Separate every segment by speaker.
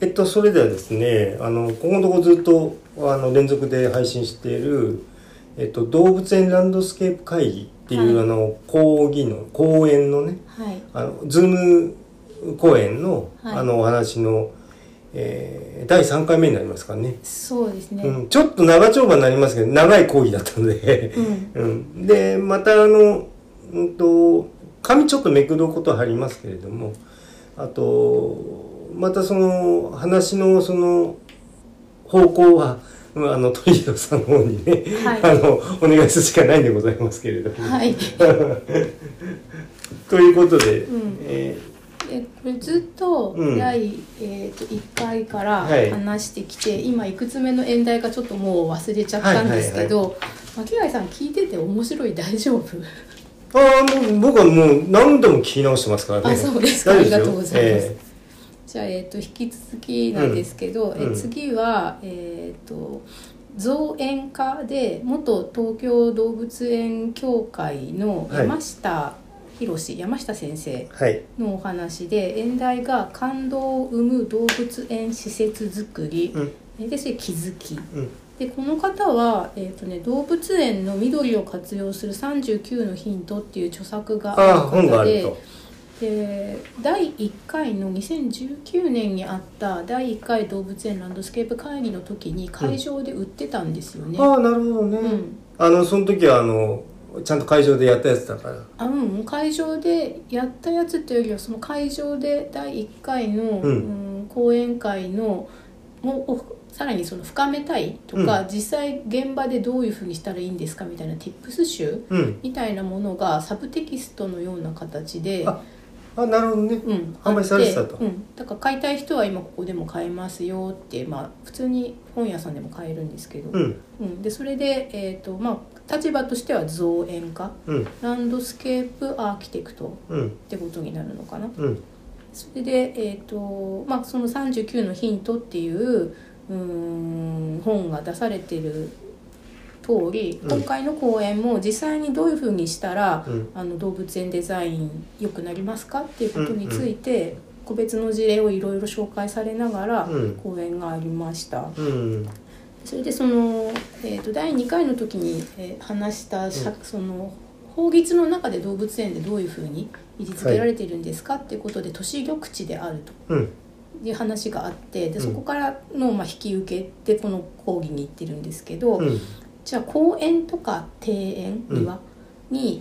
Speaker 1: えっと、それではですね、あの、ここのとこずっと、あの、連続で配信している、えっと、動物園ランドスケープ会議っていう、
Speaker 2: はい
Speaker 1: あの、講義の、講演のね、
Speaker 2: はい
Speaker 1: あの、ズーム講演の、
Speaker 2: はい
Speaker 1: あの、お話の、えー第3回目になりますからね。
Speaker 2: そうですね、
Speaker 1: うん、ちょっと長丁場になりますけど、長い講義だったので、
Speaker 2: う
Speaker 1: う
Speaker 2: ん
Speaker 1: ん、で、またあの、うんと、紙ちょっとめくることはありますけれども、あと、またその、話のその、方向は、うんあの、トリオさんの方にね、
Speaker 2: はい
Speaker 1: あの、お願いするしかないんでございますけれども。
Speaker 2: はい
Speaker 1: ということで、
Speaker 2: うん
Speaker 1: え
Speaker 2: でこれずっと
Speaker 1: うん
Speaker 2: 第、えー、と1回から
Speaker 1: はい
Speaker 2: 話してきて、今いくつ目の演題かちょっともう忘れちゃったんですけど、巻貝さん聞いてて面白い 大丈夫
Speaker 1: ー、ああ、もう僕はもう何度も聞き直してますからね。
Speaker 2: あそうですか
Speaker 1: 大丈夫
Speaker 2: ありがとうございます
Speaker 1: え
Speaker 2: じゃあ、えー、と引き続きなんですけど、
Speaker 1: うんうん
Speaker 2: え次はえっ、と造園家で元東京動物園協会の山下博士、山下先生
Speaker 1: えはい。
Speaker 2: のお話で演題が「感動を生む動物園施設づくり
Speaker 1: うん、」
Speaker 2: でそれ気づき
Speaker 1: うん、
Speaker 2: でこの方は、えーとね「動物園の緑を活用する39のヒント」っていう著作が
Speaker 1: ああ、
Speaker 2: ある
Speaker 1: 本が
Speaker 2: 方
Speaker 1: ある
Speaker 2: で
Speaker 1: と。
Speaker 2: で第1回の2019年にあった第1回動物園ランドスケープ会議の時に会場で売ってたんですよね。
Speaker 1: ああ、なるほどね。
Speaker 2: うん
Speaker 1: あの、その時は、あの、ちゃんと会場でやったやつだから。
Speaker 2: あうん、会場でやったやつというよりはその会場で第1回の、
Speaker 1: う
Speaker 2: うん講演会のもうおさらにその深めたいとか、実際現場でどういうふうにしたらいいんですかみたいな Tips 集
Speaker 1: うん。
Speaker 2: みたいなものがサブテキストのような形で。
Speaker 1: ああ、なるほどね。
Speaker 2: うん、
Speaker 1: 販売されてた
Speaker 2: あっ
Speaker 1: と
Speaker 2: うん、だから買いたい人は今ここでも買えますよって、まあ、普通に本屋さんでも買えるんですけど、
Speaker 1: うん。
Speaker 2: うんでそれで、えーとまあ、立場としては造園家
Speaker 1: うん。
Speaker 2: ランドスケープアーキテクト
Speaker 1: うん。
Speaker 2: ってことになるのかな
Speaker 1: うん。
Speaker 2: それで、えーとまあ、その「39のヒント」っていううーん本が出されてる通り
Speaker 1: うん
Speaker 2: 今回の講演も実際にどういうふうにしたら、
Speaker 1: うん
Speaker 2: あの動物園デザイン良くなりますかっていうことについて、個別の事例をいろいろ紹介されながら
Speaker 1: うん
Speaker 2: 講演がありました。
Speaker 1: うん。
Speaker 2: それでその、えー、と第2回の時に、えー話したしゃ、その法律の中で動物園でどういうふうに位置づけられているんですか、っていうことで都市緑地であると
Speaker 1: うん。
Speaker 2: いう話があってで
Speaker 1: うん
Speaker 2: そこからの、まあ、引き受けでこの講義に行ってるんですけど、
Speaker 1: うん。
Speaker 2: じゃあ公園とか庭園庭に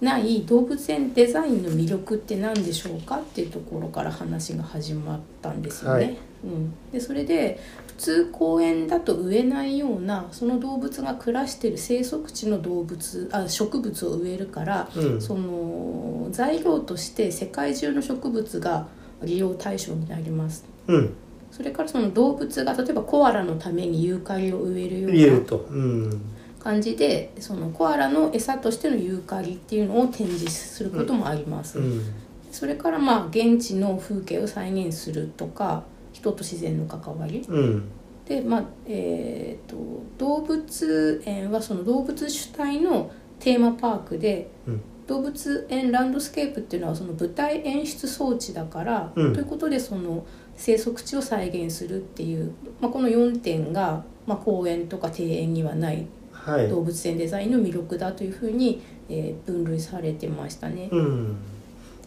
Speaker 2: ない動物園デザインの魅力って何でしょうかっていうところから話が始まったんですよね。
Speaker 1: はい
Speaker 2: うん、でそれで普通公園だと植えないようなその動物が暮らしてる生息地の動物あ植物を植えるから、
Speaker 1: うん。
Speaker 2: その材料として世界中の植物が利用対象になります。
Speaker 1: うん。
Speaker 2: それからその動物が例えばコアラのためにユーカリを植えるような
Speaker 1: 言えると。うん。
Speaker 2: 感じでそのコアラの餌としてのユーカリっていうのを展示することもあります、
Speaker 1: うん。
Speaker 2: それからまあ現地の風景を再現するとか人と自然の関わり
Speaker 1: うん。
Speaker 2: で、まあえー、と動物園はその動物主体のテーマパークで
Speaker 1: うん。
Speaker 2: 動物園ランドスケープっていうのはその舞台演出装置だから、
Speaker 1: うん
Speaker 2: ということでその生息地を再現するっていう、まあ、この4点が、まあ、公園とか庭園にはない
Speaker 1: はい。
Speaker 2: 動物園デザインの魅力だというふうに、えー分類されてましたね。
Speaker 1: うん。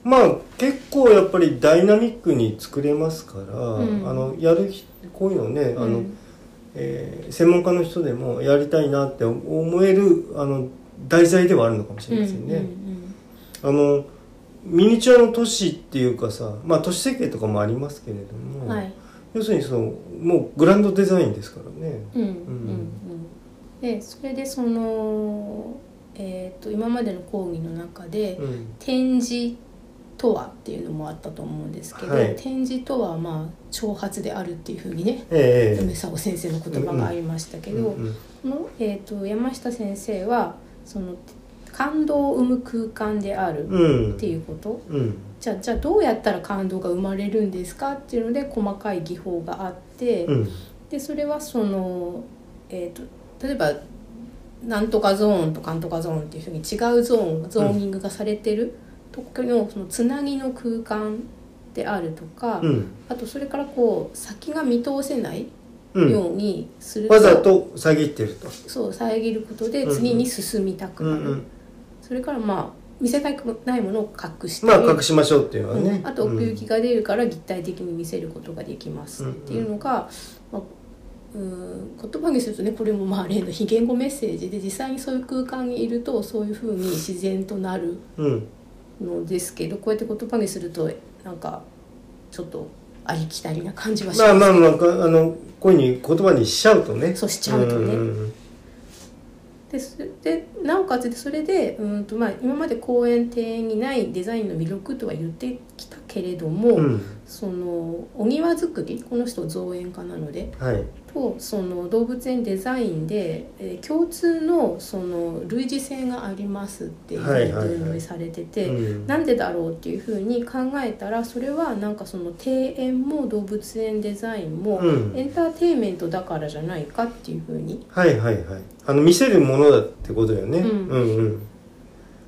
Speaker 1: まあ、結構やっぱりダイナミックに作れますから、
Speaker 2: ん
Speaker 1: あの、やる人、こういうのね、あの、
Speaker 2: うん
Speaker 1: えー専門家の人でもやりたいなって思える、あの、題材ではあるのかもしれませんね。
Speaker 2: うんうん
Speaker 1: あのミニチュアの都市っていうかさ、まあ、都市設計とかもありますけれど
Speaker 2: う
Speaker 1: も、
Speaker 2: んはい、
Speaker 1: 要するにそのもうグランドデザインですからね。
Speaker 2: うんうんうん、でそれでその、えー、と今までの講義の中で、
Speaker 1: うん
Speaker 2: 展示とはっていうのもあったと思うんですけど、
Speaker 1: はい
Speaker 2: 展示とはまあ挑発であるっていうふうにね
Speaker 1: え
Speaker 2: 梅
Speaker 1: え
Speaker 2: 沢先生の言葉がありましたけど、
Speaker 1: うん
Speaker 2: この、えー、と山下先生はその感動を生む空間である
Speaker 1: うん
Speaker 2: っていうこと、
Speaker 1: うん
Speaker 2: じゃあじゃあどうやったら感動が生まれるんですかっていうので細かい技法があって、
Speaker 1: うん
Speaker 2: でそれはその、えー、と例えばなんとかゾーンとかなんとかゾーンっていうふうに違うゾーンゾーニングがされてる、とこのそのつなぎの空間であるとか、
Speaker 1: うん
Speaker 2: あとそれからこう先が見通せない
Speaker 1: うん
Speaker 2: ようにする
Speaker 1: わざと遮ってると。
Speaker 2: そう遮ることで
Speaker 1: うんうん
Speaker 2: 次に進みたく
Speaker 1: う
Speaker 2: なる、
Speaker 1: んうん、
Speaker 2: それからまあ見せたくないものを隠して
Speaker 1: まあ隠しましょうっていうのはね。
Speaker 2: うんあと奥行き
Speaker 1: うん
Speaker 2: が出るから立体的に見せることができます
Speaker 1: うん
Speaker 2: っていうのが、まあ、うん言葉にするとねこれもまあ例の非言語メッセージで実際にそういう空間にいるとそういうふうに自然となる
Speaker 1: うん
Speaker 2: のですけどこうやって言葉にするとなんかちょっとありきたりな感じはします
Speaker 1: まあ
Speaker 2: けど、
Speaker 1: まあまあかあのこういうふうに言葉にしちゃうとね。
Speaker 2: そうしちゃうとね
Speaker 1: んん
Speaker 2: でそでなおかつそれでうんと、まあ、今まで公園庭園にないデザインの魅力とは言ってきたけれども、
Speaker 1: うんうん
Speaker 2: そのお庭作りこの人造園家なので
Speaker 1: はい。
Speaker 2: とその動物園デザインで、えー共通のその類似性がありますっていうふ
Speaker 1: は
Speaker 2: う
Speaker 1: い
Speaker 2: に
Speaker 1: はいはい
Speaker 2: 分類されてて、
Speaker 1: うん
Speaker 2: なんでだろうっていうふうに考えたらそれはなんかその庭園も動物園デザインも、
Speaker 1: うん
Speaker 2: エンターテインメントだからじゃないかっていうふうに
Speaker 1: はいはいはい。あの見せるものだってことよね。
Speaker 2: うん
Speaker 1: うん、うん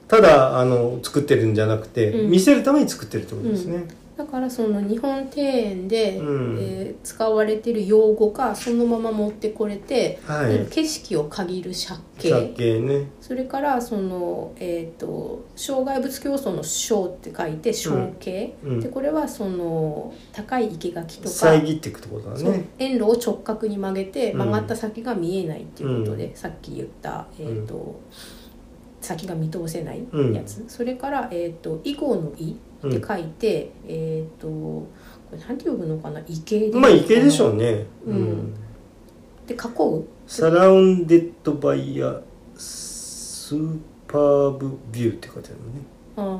Speaker 1: ただあの作ってるんじゃなくて、
Speaker 2: うん
Speaker 1: 見せるために作ってるってことですね。
Speaker 2: だからその日本庭園で、
Speaker 1: うん
Speaker 2: えー使われてる用語がそのまま持ってこれて、
Speaker 1: はい
Speaker 2: うん景色を限る借景
Speaker 1: 借景ね。
Speaker 2: それからその、えー、と障害物競争の「障」って書いて「障景」
Speaker 1: うんうん
Speaker 2: でこれはその高い生垣とか、
Speaker 1: 遮っていくってことだ
Speaker 2: そう
Speaker 1: ね。
Speaker 2: 園路を直角に曲げて
Speaker 1: うん
Speaker 2: 曲がった先が見えないっていうことで、
Speaker 1: う
Speaker 2: さっき言った、えーと先が見通せないやつ、それから「えー、と囲碁の「い」って書いて、えっ、とこれなんて呼ぶのかな「池でいいのかな」
Speaker 1: まあ池でしょうね。
Speaker 2: うんで囲う
Speaker 1: サラウンデッドバイアスーパーブビューって書いてあるの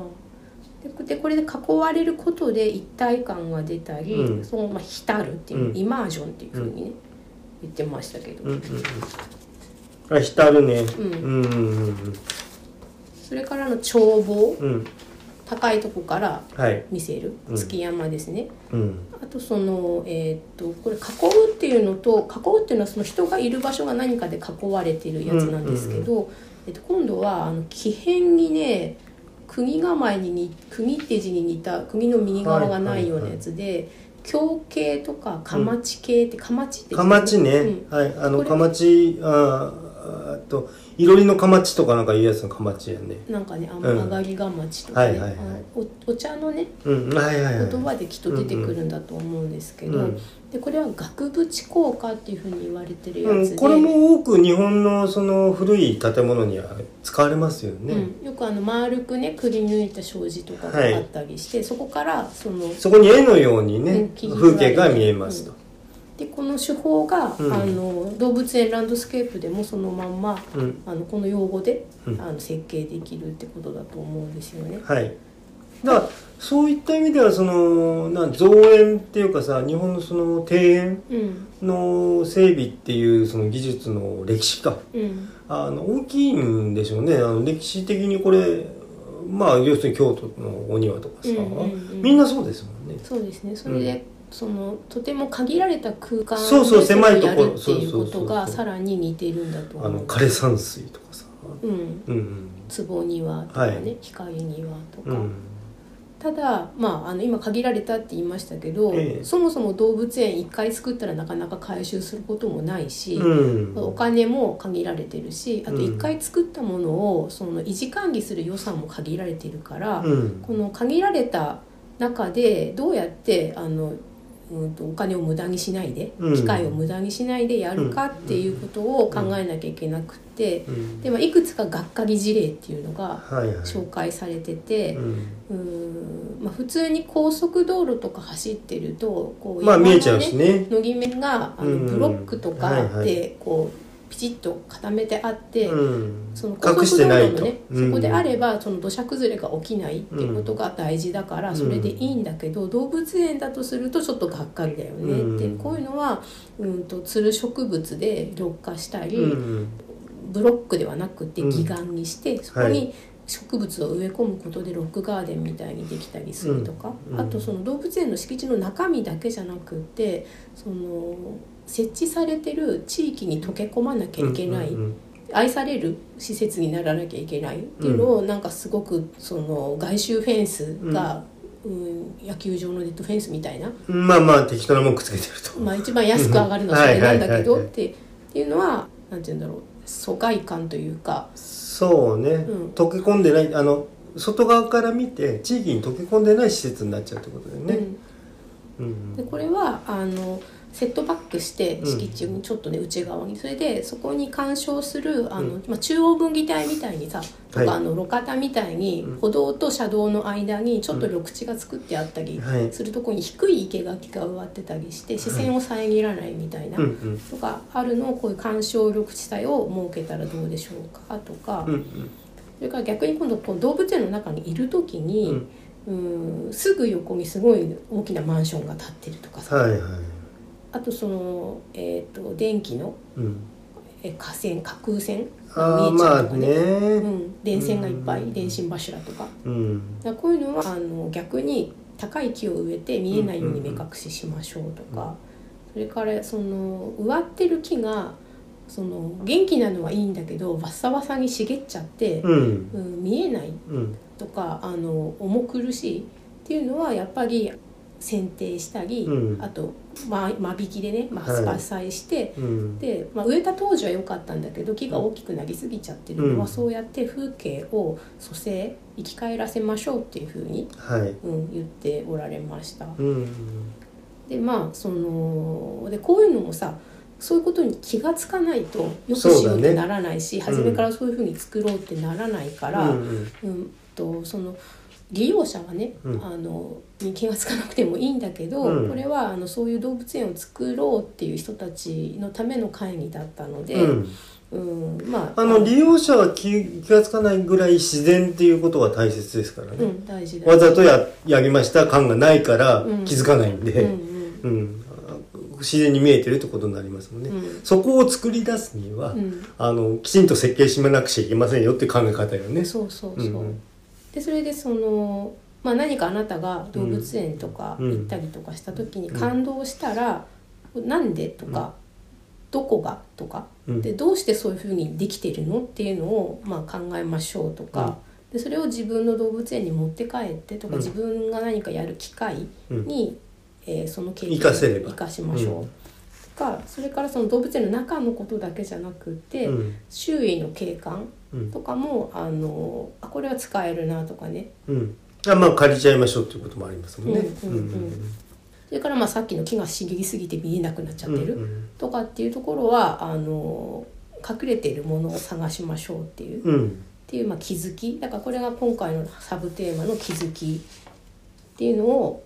Speaker 1: ね。
Speaker 2: ああでこでこれで囲われることで一体感が出たり、
Speaker 1: うん
Speaker 2: そのまあ、浸るっていう、
Speaker 1: うん
Speaker 2: イマージョンっていうふうにね、言ってましたけど、
Speaker 1: うんうんうん。あ浸るね。
Speaker 2: ん
Speaker 1: うんうん
Speaker 2: それからの眺望
Speaker 1: うんうん。
Speaker 2: 高いとこから
Speaker 1: はい。
Speaker 2: 見せる
Speaker 1: うん
Speaker 2: 月山ですね、
Speaker 1: うん。
Speaker 2: あとそのえーっとこれ囲うっていうのと囲うっていうのはその人がいる場所が何かで囲われてるやつなんですけど、えっと、今度はあの木片にね釘構えにに釘って字に似た釘の右側がないようなやつで、強形とかかまち系ってかまちって字
Speaker 1: かまちね。
Speaker 2: うん
Speaker 1: はい。あ
Speaker 2: こ
Speaker 1: の
Speaker 2: れ
Speaker 1: かまちあーあーっといろりのかまちとかなんかいうやつのかまちやね。
Speaker 2: なんかねあん
Speaker 1: うん
Speaker 2: 上がりがまちとかね、
Speaker 1: はいはいはい
Speaker 2: あのおお茶のね
Speaker 1: うん。はいはいはい。
Speaker 2: 言葉できっと出てくるんだと思うんですけど、
Speaker 1: うん
Speaker 2: でこれは額縁効果っていうふうに言われてるや
Speaker 1: う
Speaker 2: つで、
Speaker 1: ん、これも多く日本のその古い建物には使われますよね、
Speaker 2: うん、よくあの丸くねくり抜いた障子とかがあったりして、そこからその
Speaker 1: そこに絵のようにね
Speaker 2: うん
Speaker 1: 風景が見えますと、
Speaker 2: でこの手法が、
Speaker 1: うん
Speaker 2: あの動物園ランドスケープでもそのまんま
Speaker 1: うん
Speaker 2: あのこの用語で、
Speaker 1: うん
Speaker 2: あの設計できるってことだと思うんですよね。
Speaker 1: はいだからそういった意味ではそのなん造園っていうかさ日本のその庭園
Speaker 2: うん
Speaker 1: の整備っていうその技術の歴史か
Speaker 2: うん
Speaker 1: あの大きいんでしょうねあの歴史的にこれまあ要するに京都のお庭とかさ、
Speaker 2: うんうんうん
Speaker 1: みんなそうですもんね
Speaker 2: そうですねそれで、そのとても限られた空間
Speaker 1: そうそう
Speaker 2: で
Speaker 1: 狭いとこ
Speaker 2: やるっていう
Speaker 1: そう
Speaker 2: こ
Speaker 1: そうそうそ
Speaker 2: と
Speaker 1: う
Speaker 2: がさらに似てるんだと思
Speaker 1: あ
Speaker 2: う
Speaker 1: の枯山水とかさ、
Speaker 2: うん
Speaker 1: うんうん
Speaker 2: 壺庭とかね、
Speaker 1: はい
Speaker 2: 光庭と
Speaker 1: う
Speaker 2: か、
Speaker 1: ん
Speaker 2: ただ、まあ、あの今限られたって言いましたけど、
Speaker 1: ええ
Speaker 2: そもそも動物園1回作ったらなかなか回収することもないし、
Speaker 1: うん
Speaker 2: お金も限られてるしあと
Speaker 1: うん
Speaker 2: 1回作ったものをその維持管理する予算も限られてるから、
Speaker 1: うん
Speaker 2: この限られた中でどうやってあの、うん、とお金を無駄にしないで、
Speaker 1: うん
Speaker 2: 機会を無駄にしないでやるかっていうことを考えなきゃいけなくて、
Speaker 1: うん
Speaker 2: でまあ、いくつかがっかり事例っていうのが
Speaker 1: はいはい
Speaker 2: 紹介されてて。
Speaker 1: うん
Speaker 2: うーんまあ、普通に高速道路とか走ってるとこう
Speaker 1: まあ
Speaker 2: 山の
Speaker 1: 見えちゃうしね
Speaker 2: のぎ面があ
Speaker 1: う
Speaker 2: の
Speaker 1: ん
Speaker 2: ブロックと
Speaker 1: はい
Speaker 2: か
Speaker 1: はい
Speaker 2: でこうピチッと固めてあって、
Speaker 1: うん
Speaker 2: その高
Speaker 1: 隠して
Speaker 2: 速道
Speaker 1: な
Speaker 2: 路
Speaker 1: い
Speaker 2: の
Speaker 1: と
Speaker 2: ね、そこであればその土砂崩れが起きないっていうことが大事だから、
Speaker 1: うん
Speaker 2: それでいいんだけど動物園だとするとちょっとがっかりだよねって、
Speaker 1: うん
Speaker 2: こういうのは、うん、とつる植物で緑化したり、
Speaker 1: うん
Speaker 2: ブロックではなくて
Speaker 1: うん
Speaker 2: 義眼にして、そこに植物を植え込むことでロックガーデンみたいにできたりするとか、
Speaker 1: うんうん
Speaker 2: あとその動物園の敷地の中身だけじゃなくてその設置されてる地域に溶け込まなきゃいけない、
Speaker 1: うんうん
Speaker 2: 愛される施設にならなきゃいけないっていうのをなんかすごくその外周フェンスがうん、野球場のデッドフェンスみたいな、
Speaker 1: まあまあ適当な文句つけてると、
Speaker 2: まあ、一番安く上がるのはそれなんだけ
Speaker 1: うん
Speaker 2: ど
Speaker 1: はいはいはい
Speaker 2: っ
Speaker 1: はい
Speaker 2: てっていうのはなんて言うんだろう疎外感というか
Speaker 1: そうね、
Speaker 2: うん
Speaker 1: 溶け込んでないあの外側から見て地域に溶け込んでない施設になっちゃうってことだよ
Speaker 2: う
Speaker 1: ね、
Speaker 2: ん、
Speaker 1: うん
Speaker 2: でこれはあのセットバックして
Speaker 1: うん
Speaker 2: 敷地にちょっとね内側にそれでそこに干渉するあの、
Speaker 1: うん
Speaker 2: まあ、中央分岐帯みたいにさと
Speaker 1: はい
Speaker 2: かあの路肩みたいに
Speaker 1: うん
Speaker 2: 歩道と車道の間にちょっと緑地が作ってあったり
Speaker 1: はい
Speaker 2: するとこに低い生垣が植わってたりして視線を遮らないみたいな
Speaker 1: うんうん
Speaker 2: とかあるのをこういう干渉緑地帯を設けたらどうでしょうかとか
Speaker 1: うんうん
Speaker 2: それから逆に今度こう動物園の中にいる時
Speaker 1: う
Speaker 2: に
Speaker 1: ん
Speaker 2: うんすぐ横にすごい大きなマンションが建ってるとかさ
Speaker 1: はいはい
Speaker 2: あとその、えー、と電気の
Speaker 1: うん
Speaker 2: え河川架空線
Speaker 1: ああ
Speaker 2: 見えち
Speaker 1: ま
Speaker 2: ゃ
Speaker 1: あ
Speaker 2: うとか
Speaker 1: ね
Speaker 2: ね、うん、電線がいっぱ
Speaker 1: う
Speaker 2: い
Speaker 1: ん
Speaker 2: 電信柱とかだか
Speaker 1: うん
Speaker 2: らこういうのはあの逆に高い木を植えて見えないように目隠ししましょうとか、それからその植わってる木がその元気なのはいいんだけどバッサバサに茂っちゃって、
Speaker 1: うん
Speaker 2: うん、見えない
Speaker 1: うん
Speaker 2: とかあの重苦しいっていうのはやっぱり剪定したり、
Speaker 1: うん
Speaker 2: あと、ま、間引きでね、まあ、
Speaker 1: はい
Speaker 2: 伐採して、
Speaker 1: うん
Speaker 2: で、まあ、植えた当時は良かったんだけど木が大きくなりすぎちゃってるの
Speaker 1: う
Speaker 2: は、
Speaker 1: ん
Speaker 2: そうやって風景を蘇生生き返らせましょうっていうふうに、
Speaker 1: はい
Speaker 2: うん、言っておられました。
Speaker 1: うん
Speaker 2: でまあそのでこういうのもさそういうことに気がつかないとよくしようってならないし、
Speaker 1: そうだね
Speaker 2: 初めからそういうふうに作ろうってならないから、
Speaker 1: うんうん
Speaker 2: うんとその利用者はね、
Speaker 1: うん
Speaker 2: あのに気が付かなくてもいいんだけど、
Speaker 1: うん
Speaker 2: これはあのそういう動物園を作ろうっていう人たちのための会議だったので、
Speaker 1: うん
Speaker 2: うんまあ
Speaker 1: あの利用者は気気がつかないぐらい自然っていうことが大切ですから
Speaker 2: う
Speaker 1: ね、
Speaker 2: ん、大事だ
Speaker 1: わざとややりました感がないから
Speaker 2: うん
Speaker 1: 気づかないん
Speaker 2: うんう
Speaker 1: で、
Speaker 2: ん
Speaker 1: うんあ自然に見えてるってことになりますもんね、
Speaker 2: うん
Speaker 1: そこを作り出すには、
Speaker 2: うん
Speaker 1: あのきちんと設計しなくちゃいけませんよっていう考え方よね
Speaker 2: そうそうそう、
Speaker 1: うんうん
Speaker 2: でそれでその、まあ、何かあなたが動物園とか行ったりとかした時に
Speaker 1: うん
Speaker 2: 感動したら「なんで?」とか、どこが?」とか、
Speaker 1: うん
Speaker 2: でどうしてそういうふうにできてるのっていうのを、まあ、考えましょうとか、でそれを自分の動物園に持って帰ってとか、
Speaker 1: うん
Speaker 2: 自分が何かやる機会に、えーその経験を
Speaker 1: 活かせれば
Speaker 2: 活かしましょう、
Speaker 1: うん
Speaker 2: とかそれからその動物園の中のことだけじゃなくて、
Speaker 1: うん
Speaker 2: 周囲の景観
Speaker 1: うん
Speaker 2: とかもあのあこれは使えるなとかね
Speaker 1: うんあまあ借りちゃいましょうっていうこともありますもんね
Speaker 2: うんうんうんそれからまあさっきの木が茂りすぎて見えなくなっちゃ
Speaker 1: う
Speaker 2: っ
Speaker 1: ん
Speaker 2: て
Speaker 1: う
Speaker 2: る
Speaker 1: ん
Speaker 2: とかっていうところはあの隠れているものを探しましょうっていうっ
Speaker 1: うん
Speaker 2: ていうまあ気づきだからこれが今回のサブテーマの気づきっていうのを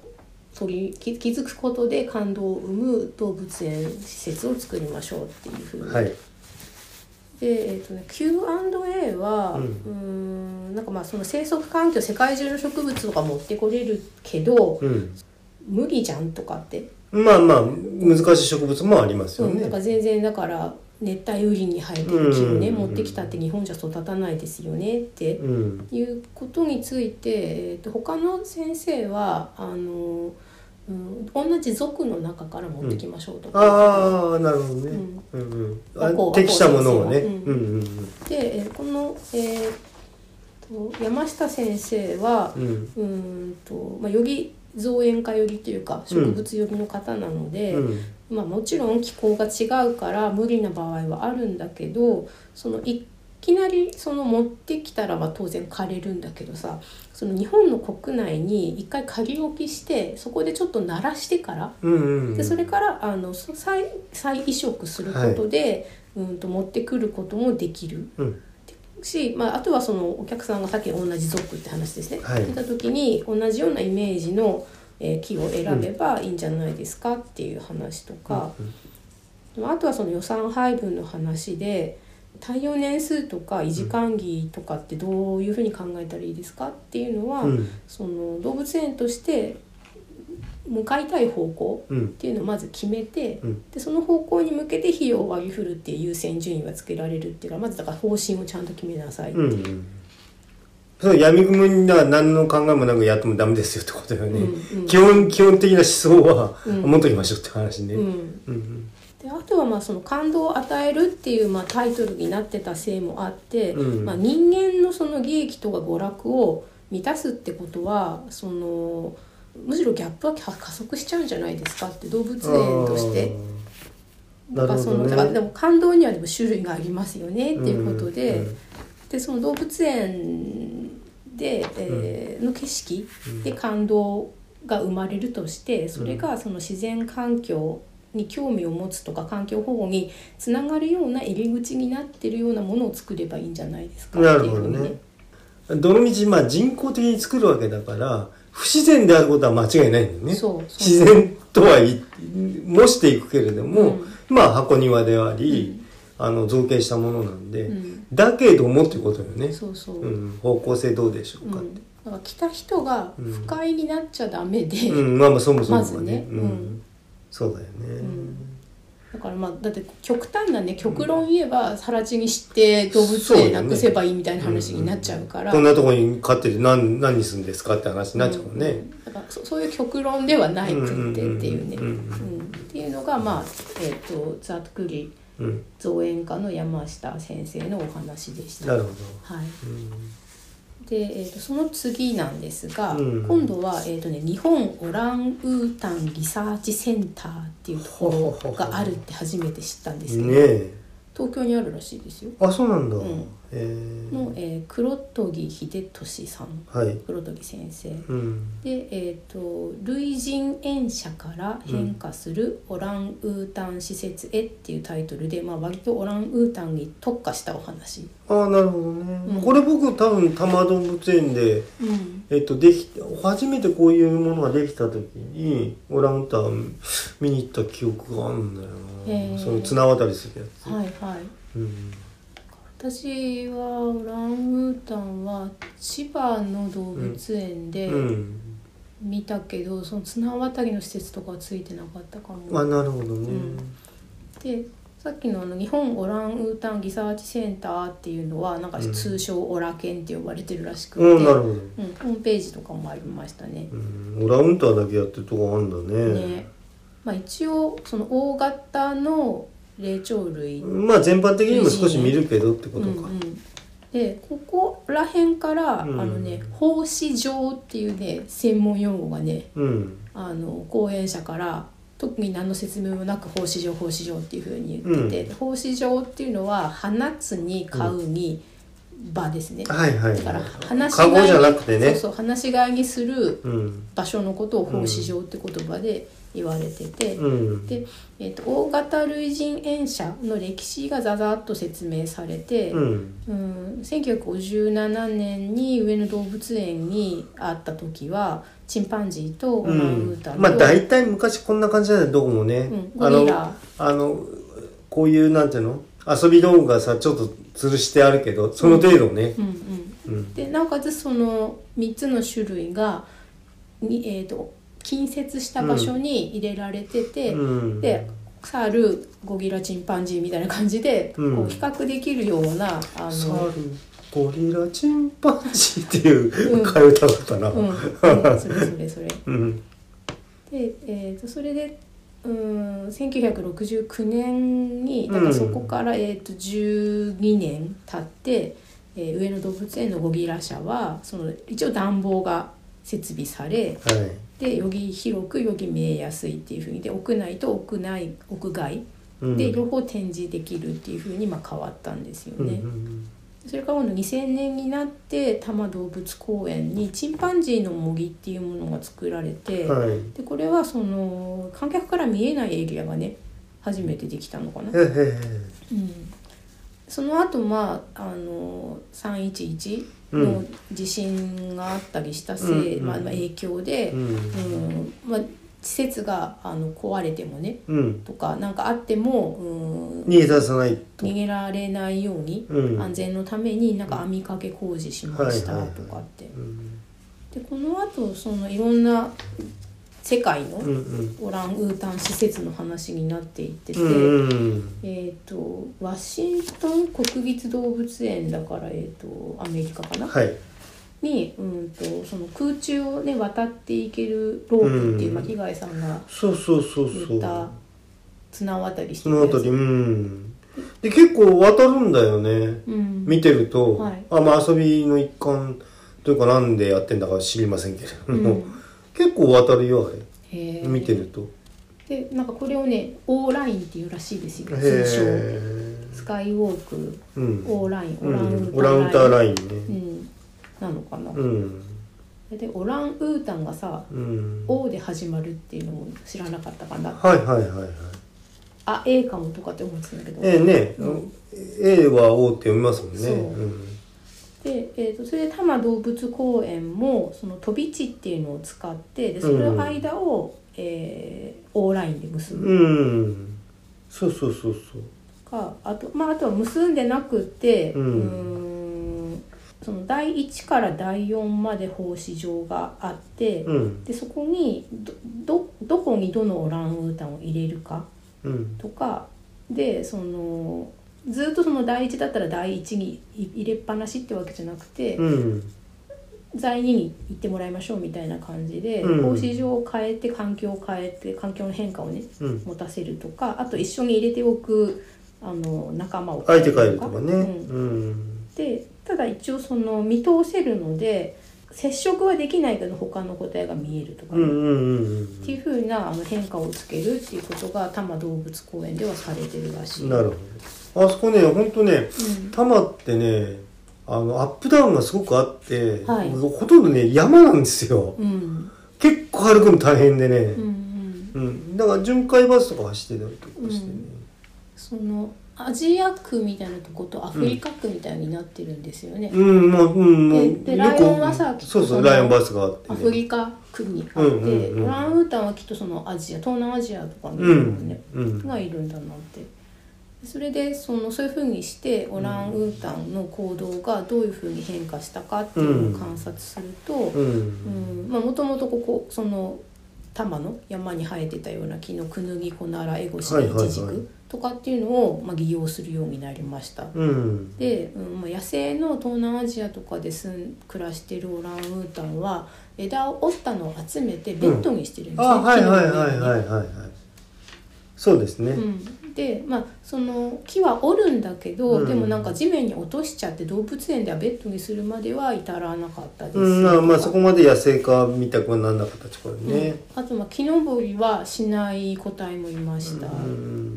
Speaker 2: 取り気気づくことで感動を生む動物園施設を作りましょうっていうふうに
Speaker 1: はい
Speaker 2: で、えーとね、Q&A は、う
Speaker 1: うん
Speaker 2: ーん、なんかまあその生息環境世界中の植物とか持ってこれるけど、
Speaker 1: うん
Speaker 2: 無理じゃんとかって、
Speaker 1: まあまあ難しい植物もあります
Speaker 2: う
Speaker 1: よ
Speaker 2: ん、
Speaker 1: ね、
Speaker 2: なんか全然だから熱帯雨林に生えてる木をね、
Speaker 1: うん
Speaker 2: 持ってきたって日本じゃ育たないですよねって
Speaker 1: うん
Speaker 2: いうことについて、えー、と他の先生はあの、うん、同じ族の中から持ってきましょうとか。
Speaker 1: ああなるほどね、うんうんあ
Speaker 2: こう
Speaker 1: 適したものをね
Speaker 2: こう先生
Speaker 1: うんう
Speaker 2: は
Speaker 1: ん
Speaker 2: で、えーこの、えーと山下先生は、
Speaker 1: うんうん
Speaker 2: うーんと、まあ、より造園家よりというか植物よりの方なので、
Speaker 1: うん
Speaker 2: まあ、もちろん気候が違うから無理な場合はあるんだけどそのいきなりその持ってきたらは当然枯れるんだけどさその日本の国内に一回仮置きしてそこでちょっと慣らしてから
Speaker 1: うんうん
Speaker 2: でそれからあのそ再再移植することで、うんと持ってくることもできる
Speaker 1: うん
Speaker 2: し、まあ、あとはそのお客さんがさっきの同じ族って話ですね、
Speaker 1: はい
Speaker 2: 出た時に同じようなイメージの、えー木を選べばいいんじゃないですかっていう話とか、まああとはその予算配分の話で耐用年数とか維持管理とかってどういうふうに考えたらいいですかっていうのは、
Speaker 1: うん
Speaker 2: その動物園として向かいたい方向
Speaker 1: うん
Speaker 2: っていうのをまず決めて、
Speaker 1: うん
Speaker 2: でその方向に向けて費用を割り振るっていう優先順位はつけられるっていうかまずだから方針をちゃんと決めなさいって
Speaker 1: う
Speaker 2: い
Speaker 1: ん
Speaker 2: う、
Speaker 1: うんそう闇雲には何の考えもなくやってもダメですよってことよね、
Speaker 2: うんうん
Speaker 1: 基本基本的な思想は
Speaker 2: うん
Speaker 1: 持っときましょうって話ね、
Speaker 2: うん
Speaker 1: うん
Speaker 2: であとはまあその感動を与えるっていうまあタイトルになってたせいもあって、
Speaker 1: うん
Speaker 2: まあ、人間のその利益とか娯楽を満たすってことはそのむしろギャップは加速しちゃうんじゃないですかって動物園として。
Speaker 1: あーなるほ
Speaker 2: そ
Speaker 1: ど
Speaker 2: の
Speaker 1: ね
Speaker 2: だからでも感動にはでも種類がありますよねっていうことで,、
Speaker 1: うんうん
Speaker 2: でその動物園で、えーの景色で感動が生まれるとしてそれがその自然環境に興味を持つとか環境保護につながるような入り口になってるようなものを作ればいいんじゃないですか
Speaker 1: な
Speaker 2: っ
Speaker 1: る
Speaker 2: ていう
Speaker 1: ほ
Speaker 2: ふ
Speaker 1: ど
Speaker 2: うにね
Speaker 1: ね。どの道、まあ、人工的に作るわけだから不自然であることは間違いないんだよね
Speaker 2: そうそう
Speaker 1: 自然とはい模していくけれども、
Speaker 2: うん
Speaker 1: まあ箱庭であり、あの造形したものなんで、
Speaker 2: うん
Speaker 1: だけどもってことよね
Speaker 2: そうそう、
Speaker 1: うん、方向性どうでしょう
Speaker 2: う
Speaker 1: かっ
Speaker 2: ん
Speaker 1: て、
Speaker 2: だから来た人が不快になっちゃダメで、
Speaker 1: うんまあまあそもそもが
Speaker 2: まずね
Speaker 1: うん
Speaker 2: うん
Speaker 1: そうだよね、
Speaker 2: んだからまあだって極端なね極論言えば更地にして動物園なくせばいいみたいな話になっちゃうから。
Speaker 1: こんなとこに飼ってて何何にするんですかって話になっちゃうもんね、
Speaker 2: だからそそういう極論ではない前提っていうね、
Speaker 1: う
Speaker 2: うんん
Speaker 1: うん
Speaker 2: っていうのがまあ、えっとざっくり
Speaker 1: うん、
Speaker 2: 造園家の山下先生のお話でした。
Speaker 1: な
Speaker 2: は
Speaker 1: るほど、
Speaker 2: い、
Speaker 1: うん
Speaker 2: で、えっとその次なんですが、
Speaker 1: うん
Speaker 2: 今度は、えっとね、日本オランウータンリサーチセンターっていうところがあるって初めて知ったんですけど、
Speaker 1: ねえ
Speaker 2: 東京にあるらしいですよ。
Speaker 1: あそうなんだ、
Speaker 2: ん
Speaker 1: えー
Speaker 2: の、えー、黒棘秀俊さん
Speaker 1: はい
Speaker 2: 黒棘先生
Speaker 1: うん
Speaker 2: で、えー、と類人猿舎から変化するオランウータン施設へっていうタイトルで、まあ、割とオランウータンに特化したお話、
Speaker 1: ああなるほどね、
Speaker 2: うん
Speaker 1: これ僕多分多摩動物園で、
Speaker 2: うん、
Speaker 1: えっと、でき初めてこういうものができた時にオランウータン見に行った記憶があるんだよ
Speaker 2: へ
Speaker 1: な
Speaker 2: ー
Speaker 1: その綱渡りするやつ、
Speaker 2: はいはい
Speaker 1: うん、
Speaker 2: 私はオランウータンは千葉の動物園で
Speaker 1: うん
Speaker 2: 見たけど、その綱渡りの施設とかはついてなかったかも
Speaker 1: あなるほどね、
Speaker 2: うんでさっきのあの日本オランウータンリサーチセンターっていうのはなんか
Speaker 1: うん
Speaker 2: 通称オラ犬って呼ばれてるらしくて、
Speaker 1: うん、なる
Speaker 2: う
Speaker 1: ほど、
Speaker 2: んホームページとかもありましたね
Speaker 1: う。ん、オランウータンだけやってるとこあるんだね
Speaker 2: ねまあ、一応その大型の霊長類、うん
Speaker 1: まあ全般的にも少し見るけどってこ
Speaker 2: う
Speaker 1: とか、
Speaker 2: ん、でここら辺から、
Speaker 1: うん
Speaker 2: あのね奉仕場っていうね専門用語がね
Speaker 1: うん
Speaker 2: あの講演者から特に何の説明もなく奉仕場奉仕場っていうふうに言ってて、奉仕場っていうのは放つに買うに場ですね、
Speaker 1: はいはい、はい、
Speaker 2: だから話し
Speaker 1: カ
Speaker 2: 飼い
Speaker 1: ゴじゃなくてね
Speaker 2: そうそう放し飼いにする
Speaker 1: うん
Speaker 2: 場所のことを奉仕場って言葉で言われてて、
Speaker 1: うん
Speaker 2: で、えー、と大型類人猿舎の歴史がざざっと説明されて、
Speaker 1: うん
Speaker 2: うん、1957年に上野動物園にあった時はチンパンジーとオ
Speaker 1: う
Speaker 2: ランウ
Speaker 1: ん
Speaker 2: ータンと、
Speaker 1: まあ大体昔こんな感じだったよどこもね、
Speaker 2: うん
Speaker 1: あ
Speaker 2: ゴ
Speaker 1: の
Speaker 2: リラ
Speaker 1: あのこういうなんていうの遊び道具がさちょっと吊るしてあるけどその程度ね
Speaker 2: うんうん、
Speaker 1: うん
Speaker 2: でなおかつその3つの種類がに、えー、と近接した場所に入れられてて、
Speaker 1: うん
Speaker 2: で猿ゴギラチンパンジーみたいな感じで、
Speaker 1: うん
Speaker 2: こう比較できるようなあ
Speaker 1: 猿
Speaker 2: の、
Speaker 1: ゴリラチンパンジーっていううん替え歌だったな
Speaker 2: うんうん、それそれそれ。
Speaker 1: うん
Speaker 2: で、えー、とそれでうん1969年に
Speaker 1: うん
Speaker 2: だからそこから、えー、と12年経って、えー上野動物園のゴギラ社はその一応暖房が設備され
Speaker 1: はい
Speaker 2: でより広くより見えやすいっていうふうにで屋内と屋内屋外
Speaker 1: うん
Speaker 2: で両方展示できるっていうふうにまあ変わったんですよ
Speaker 1: うんう
Speaker 2: ね。
Speaker 1: ん
Speaker 2: それから今度2000年になって多摩動物公園にチンパンジーの森っていうものが作られて、
Speaker 1: はいへ
Speaker 2: でこれはその観客から見えないエリアがね初めてできたのかな、
Speaker 1: へへ
Speaker 2: うん、その後まああの311の地震があったりしたせい、
Speaker 1: うん
Speaker 2: まあ、まあ影響で、
Speaker 1: う
Speaker 2: うん
Speaker 1: ん
Speaker 2: まあ、施設があの壊れてもね
Speaker 1: うん
Speaker 2: とかなんかあっても、うん、
Speaker 1: 逃げ出さないと
Speaker 2: 逃げられないように、
Speaker 1: うん
Speaker 2: 安全のためになんか網掛け工事しました
Speaker 1: はいはいはい
Speaker 2: とかって。
Speaker 1: うん
Speaker 2: でこの後そのいろんな世界の、
Speaker 1: うんうん
Speaker 2: オランウータン施設の話になっていってて、
Speaker 1: うんうん
Speaker 2: えっ、とワシントン国立動物園だからえっ、とアメリカかな、
Speaker 1: はい
Speaker 2: にうんとその空中をね渡っていけるロープっていう
Speaker 1: うん
Speaker 2: 巻貝さんが
Speaker 1: そうそうそうそ
Speaker 2: 言った
Speaker 1: う
Speaker 2: 綱渡りして
Speaker 1: そのあ
Speaker 2: る
Speaker 1: た
Speaker 2: や
Speaker 1: り
Speaker 2: つ。
Speaker 1: うんで結構渡るんだよね
Speaker 2: うん、
Speaker 1: 見てると、
Speaker 2: はい
Speaker 1: あまあ遊びの一環というかなんでやってんだか知りませんけれども、
Speaker 2: うん
Speaker 1: 結構渡るよあれ
Speaker 2: へー
Speaker 1: 見てると
Speaker 2: でなんかこれをねオーラインっていうらしいですよ
Speaker 1: へ
Speaker 2: 通称
Speaker 1: え
Speaker 2: スカイウォーク
Speaker 1: うん
Speaker 2: オーライン、
Speaker 1: うん
Speaker 2: オ
Speaker 1: オ
Speaker 2: ラ
Speaker 1: ラ
Speaker 2: ンウ
Speaker 1: ンウ
Speaker 2: ー
Speaker 1: ー
Speaker 2: タ
Speaker 1: タ
Speaker 2: ー
Speaker 1: ー
Speaker 2: ラ
Speaker 1: ラ
Speaker 2: イン
Speaker 1: インね
Speaker 2: うん、なのかな、
Speaker 1: うん
Speaker 2: でオランウータンがさ
Speaker 1: うん
Speaker 2: 「O」で始まるっていうのも知らなかったかな
Speaker 1: はいはいはいはい
Speaker 2: あ A かもとかって思ってたんだけど、
Speaker 1: ええね、
Speaker 2: うん
Speaker 1: A は O って読みますもんね
Speaker 2: そう
Speaker 1: うん
Speaker 2: で、えー、とそれで多摩動物公園もその飛び地っていうのを使ってでそれの間を、えー、オーラインで結ぶ
Speaker 1: うんそうそうそうそう
Speaker 2: かあと,、まあ、あとは結んでなくて
Speaker 1: うん
Speaker 2: うーんその第1から第4まで奉仕場があって、
Speaker 1: うん
Speaker 2: でそこにどどどこにどのオランウータンを入れるか
Speaker 1: うん
Speaker 2: とかでそのずっとその第1だったら第1にい入れっぱなしってわけじゃなくて、
Speaker 1: うん
Speaker 2: 在2に行ってもらいましょうみたいな感じで
Speaker 1: うん
Speaker 2: 格子状を変えて環境を変えて環境の変化をね
Speaker 1: うん
Speaker 2: 持たせるとかあと一緒に入れておくあの仲間を
Speaker 1: 相手変えるとかね
Speaker 2: うん
Speaker 1: うん
Speaker 2: でただ一応その見通せるので接触はできないけど他の個体が見えるとか
Speaker 1: うんう
Speaker 2: ね、
Speaker 1: ん
Speaker 2: っ
Speaker 1: うん
Speaker 2: ていう風なあの変化をつけるっていうことが多摩動物公園ではされてるらし
Speaker 1: う
Speaker 2: い。
Speaker 1: んなるほどあそこねほんとね
Speaker 2: うん
Speaker 1: 多摩ってねあのアップダウンがすごくあって、
Speaker 2: はい
Speaker 1: ほとんどね山なんですよ
Speaker 2: うん
Speaker 1: 結構歩くの大変でね、
Speaker 2: うんうん
Speaker 1: うん、だから巡回バスとか走ってたりとかしてね、
Speaker 2: そのアジア区みたいなとことアフリカ区みたいになってるんですよね、
Speaker 1: うんもううんもう
Speaker 2: ででライオンはさきっと
Speaker 1: そうそ
Speaker 2: そうの
Speaker 1: ライオンバスがあって、
Speaker 2: ア
Speaker 1: ね、
Speaker 2: フリカ区にあって、
Speaker 1: うんうんうん
Speaker 2: オランウータンはきっとそのアジア東南アジアとかの
Speaker 1: う
Speaker 2: もね
Speaker 1: ん、、うん、
Speaker 2: がいるんだなってそれでそのそういうふうにしてオランウータンの行動がどういうふうに変化したかっていうのを観察すると
Speaker 1: うん
Speaker 2: うんまあもともとここその多摩の山に生えてたような木のクヌギコナラエゴシ
Speaker 1: はい
Speaker 2: イ
Speaker 1: はいはい
Speaker 2: チジクとかっていうのをまあ利用するようになりました。
Speaker 1: うん
Speaker 2: で、うんまあ、野生の東南アジアとかで住ん暮らしてるオランウータンは枝を折ったのを集めてベッドにしてるんですね、
Speaker 1: あはいはいはい
Speaker 2: 木の
Speaker 1: はい
Speaker 2: 上に
Speaker 1: はいはいそうですね、
Speaker 2: うん、でまあその木は折るんだけど、
Speaker 1: うん
Speaker 2: でもなんか地面に落としちゃって動物園ではベッドにするまでは至らなかったです、
Speaker 1: うんまあまあそこまで野生化みたくはなんなかったところね、
Speaker 2: うんあとまあ木登りはしない個体もいました、
Speaker 1: うん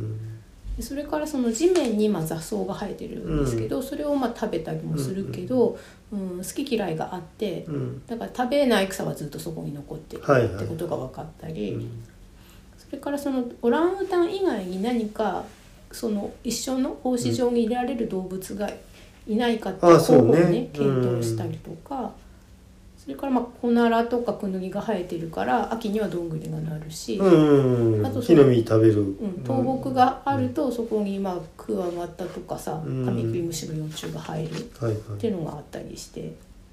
Speaker 2: でそれからその地面にまあ雑草が生えてるんですけど、それをまあ食べたりもするけど、うん好き嫌いがあって
Speaker 1: うん
Speaker 2: だから食べない草はずっとそこに残ってる
Speaker 1: はいはい
Speaker 2: ってことが分かったり、
Speaker 1: うん
Speaker 2: それからそのオランウータン以外に何かその一緒の放飼場に入れられる動物がいないかっていう
Speaker 1: あそうね
Speaker 2: 候補をね検討したりとか、それからまあコナラとかクヌギが生えてるから秋にはどんぐりがなるし、
Speaker 1: うんうん
Speaker 2: あとそ
Speaker 1: 木
Speaker 2: の
Speaker 1: の実食べる、
Speaker 2: うん、倒木があるとそこにまあクワガタとかさカ
Speaker 1: うん
Speaker 2: ミキリムシの幼虫が入るっ
Speaker 1: はいは
Speaker 2: ていうのがあったりして。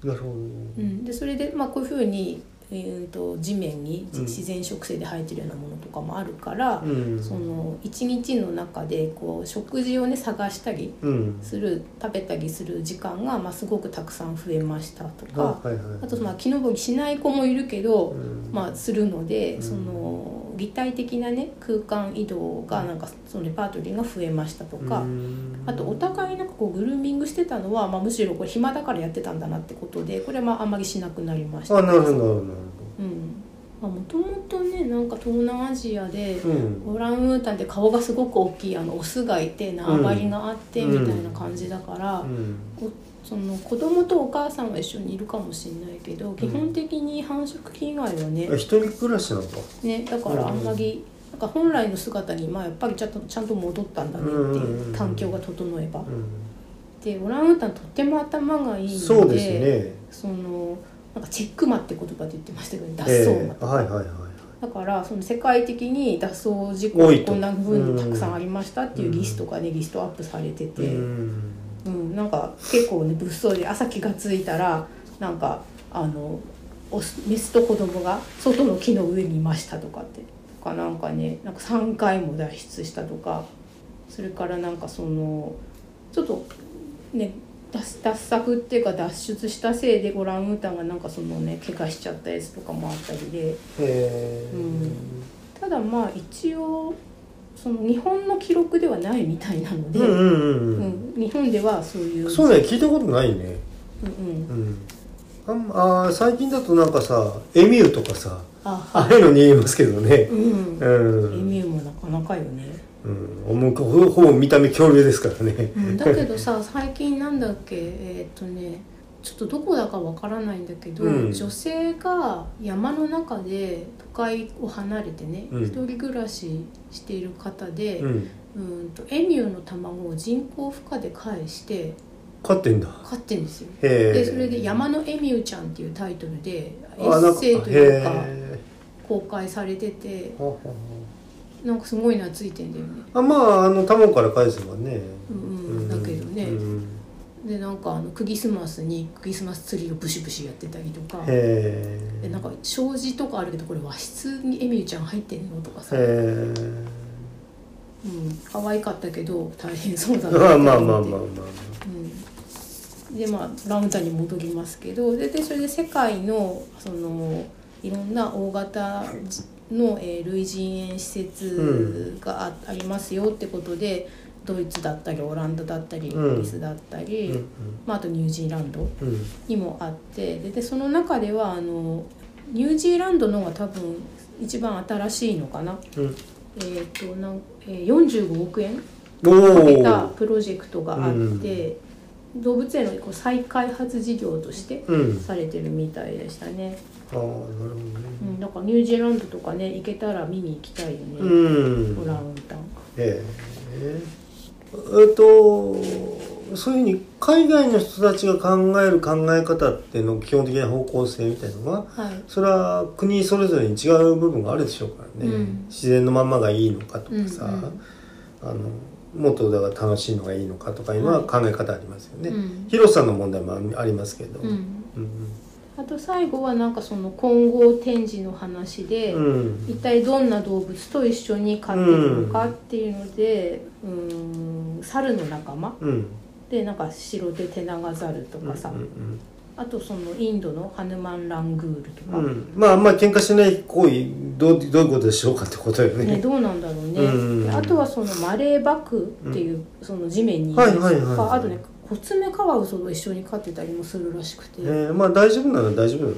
Speaker 1: いなるほど、
Speaker 2: うん、でそれで、まあ、こういうふうに、えー、と地面に
Speaker 1: うん
Speaker 2: 自然植生で生えてるようなものとかもあるから、
Speaker 1: うん
Speaker 2: その一日の中でこう食事をね探したり
Speaker 1: うん
Speaker 2: する食べたりする時間が、まあ、すごくたくさん増えましたと
Speaker 1: あ
Speaker 2: か、
Speaker 1: はいはい
Speaker 2: あと、まあ、木登りしない子もいるけど、
Speaker 1: うん
Speaker 2: まあ、するので、
Speaker 1: うん
Speaker 2: その立体的なね空間移動がなんかそのレパートリーが増えましたとか。
Speaker 1: うん
Speaker 2: あとお互いなんかこうグルーミングしてたのは、まあ、むしろこれ暇だからやってたんだなってことでこれはまああんまりしなくなりました
Speaker 1: あなるほどなるほどなる
Speaker 2: うんまあ、もともとねなんか東南アジアで
Speaker 1: ほどうん
Speaker 2: オランウータンって顔がすごく大きいあのオスがいて縄張りがあって
Speaker 1: う
Speaker 2: み
Speaker 1: ん
Speaker 2: たいな感じだから、
Speaker 1: うん
Speaker 2: おその子供とお母さんは一緒にいるかもしれないけど基本的に繁殖期以外はね
Speaker 1: あ一人暮らしなのか
Speaker 2: ねだからあんまりなんか本来の姿にまあやっぱりちゃんとちゃんと戻ったんだねって
Speaker 1: うんうん
Speaker 2: いううん環境が整えば。
Speaker 1: う
Speaker 2: でオランウータンとっても頭がいい
Speaker 1: ん
Speaker 2: ので
Speaker 1: そうですね
Speaker 2: そのなんかチェックマって言葉で言ってましたけど脱走
Speaker 1: え
Speaker 2: 馬
Speaker 1: えはいはいはいはい
Speaker 2: だからその世界的に脱走事故
Speaker 1: 多
Speaker 2: が
Speaker 1: いと
Speaker 2: こんな分たくさんありましたっていうリストがねリストアップされてて、
Speaker 1: う
Speaker 2: うん
Speaker 1: ん
Speaker 2: なんか結構ね物騒で朝気がついたらなんかあのオスメスと子供が外の木の上にいましたとかってとかなんかねなんか3回も脱出したとかそれからなんかそのちょっとね脱脱作っていうか脱出したせいでオランウータンがなんかそのね怪我しちゃったやつとかもあったりで。
Speaker 1: へえ
Speaker 2: うんただまあ一応その日本の記録ではないみたいなので、
Speaker 1: うんう
Speaker 2: うん
Speaker 1: んうんうん
Speaker 2: 日本ではそういう
Speaker 1: そうね聞いたことないね
Speaker 2: うんうん
Speaker 1: うんあんあー最近だとなんかさエミューとかさ
Speaker 2: あ
Speaker 1: ああいうのに言いますけどね
Speaker 2: うん
Speaker 1: う
Speaker 2: エ
Speaker 1: ん、
Speaker 2: ミューもなかなかよね、
Speaker 1: うん、思うほほぼ見た目恐竜ですからね
Speaker 2: うん、だけどさ最近なんだっけえーっとねちょっとどこだかわからないんだけど、
Speaker 1: うん
Speaker 2: 女性が山の中で都会を離れてね、
Speaker 1: うん
Speaker 2: 一人暮らししている方で、
Speaker 1: うん
Speaker 2: うんとエミューの卵を人工孵化で返して
Speaker 1: 飼ってんだ
Speaker 2: 飼ってんですよ
Speaker 1: へえ
Speaker 2: でそれで「山のエミューちゃん」っていうタイトルでエ
Speaker 1: あなんか
Speaker 2: ッセイというか
Speaker 1: へ
Speaker 2: 公開されてて
Speaker 1: ーは
Speaker 2: なんかすごいなついてんだよね
Speaker 1: あはあまああの卵から返せばね
Speaker 2: うんうんだけどね
Speaker 1: うん
Speaker 2: でなんかあのクリスマスにクリスマスツリーをブシブシやってたりとか
Speaker 1: へ
Speaker 2: でなんか障子とかあるけどこれ和室にエミューちゃん入ってんのとか
Speaker 1: え
Speaker 2: さ、
Speaker 1: へ
Speaker 2: うん、可愛かったけど大変そうだ
Speaker 1: え
Speaker 2: な
Speaker 1: まあまあま
Speaker 2: と
Speaker 1: あまあ
Speaker 2: 思って
Speaker 1: まあ
Speaker 2: うん、でまあラウンタンに戻りますけどででそれで世界のそのいろんな大型の、えー類人猿施設があ,、ありますよってことでドイツだったりオランダだったりイギ
Speaker 1: うん
Speaker 2: リスだったり、
Speaker 1: うん
Speaker 2: まあ、あとニュージーランド
Speaker 1: うんうん
Speaker 2: にもあってででその中ではあのニュージーランドの方が多分一番新しいのかな。
Speaker 1: うん
Speaker 2: えーとなんえー45億円
Speaker 1: お
Speaker 2: かけた
Speaker 1: ー
Speaker 2: プロジェクトがあって、動物園のこう再開発事業として
Speaker 1: うん
Speaker 2: されてるみたいでしたね、
Speaker 1: ああなるほどね
Speaker 2: うん、だからニュージーランドとかね行けたら見に行きたいよね、
Speaker 1: うん
Speaker 2: オランウータン
Speaker 1: えええっとそういうふうに海外の人たちが考える考え方っていうの基本的な方向性みたいなのは
Speaker 2: はい
Speaker 1: それは国それぞれに違う部分があるでしょうからね、
Speaker 2: うん
Speaker 1: 自然のまんまがいいのかと
Speaker 2: うん
Speaker 1: か
Speaker 2: うん
Speaker 1: さ、あのもっとだから楽しいのがいいのかとかいうのは考え方ありますよね、
Speaker 2: うん
Speaker 1: 広さの問題もありますけど、
Speaker 2: う
Speaker 1: うん
Speaker 2: ん
Speaker 1: うん
Speaker 2: あと最後はなんかその混合展示の話で、
Speaker 1: うん
Speaker 2: 一体どんな動物と一緒に飼ってるのかっていうので、うーん、猿の仲間
Speaker 1: うん
Speaker 2: でなんか白手テナガザルとかさ、
Speaker 1: うん
Speaker 2: あとそのインドのハヌマンラングールとか、
Speaker 1: うん、まああんまり喧嘩しない行為どうどういうことでしょうかってことよ
Speaker 2: ね、
Speaker 1: ね。
Speaker 2: どうなんだろうね、
Speaker 1: うん
Speaker 2: であとはそのマレーバクっていう、その地面にいる
Speaker 1: は
Speaker 2: や
Speaker 1: い
Speaker 2: つと
Speaker 1: は
Speaker 2: か、
Speaker 1: いはいはい
Speaker 2: あとねコツメカワウソと一緒に飼ってたりもするらしくて、ね
Speaker 1: ねまあ大丈夫なら大丈夫なの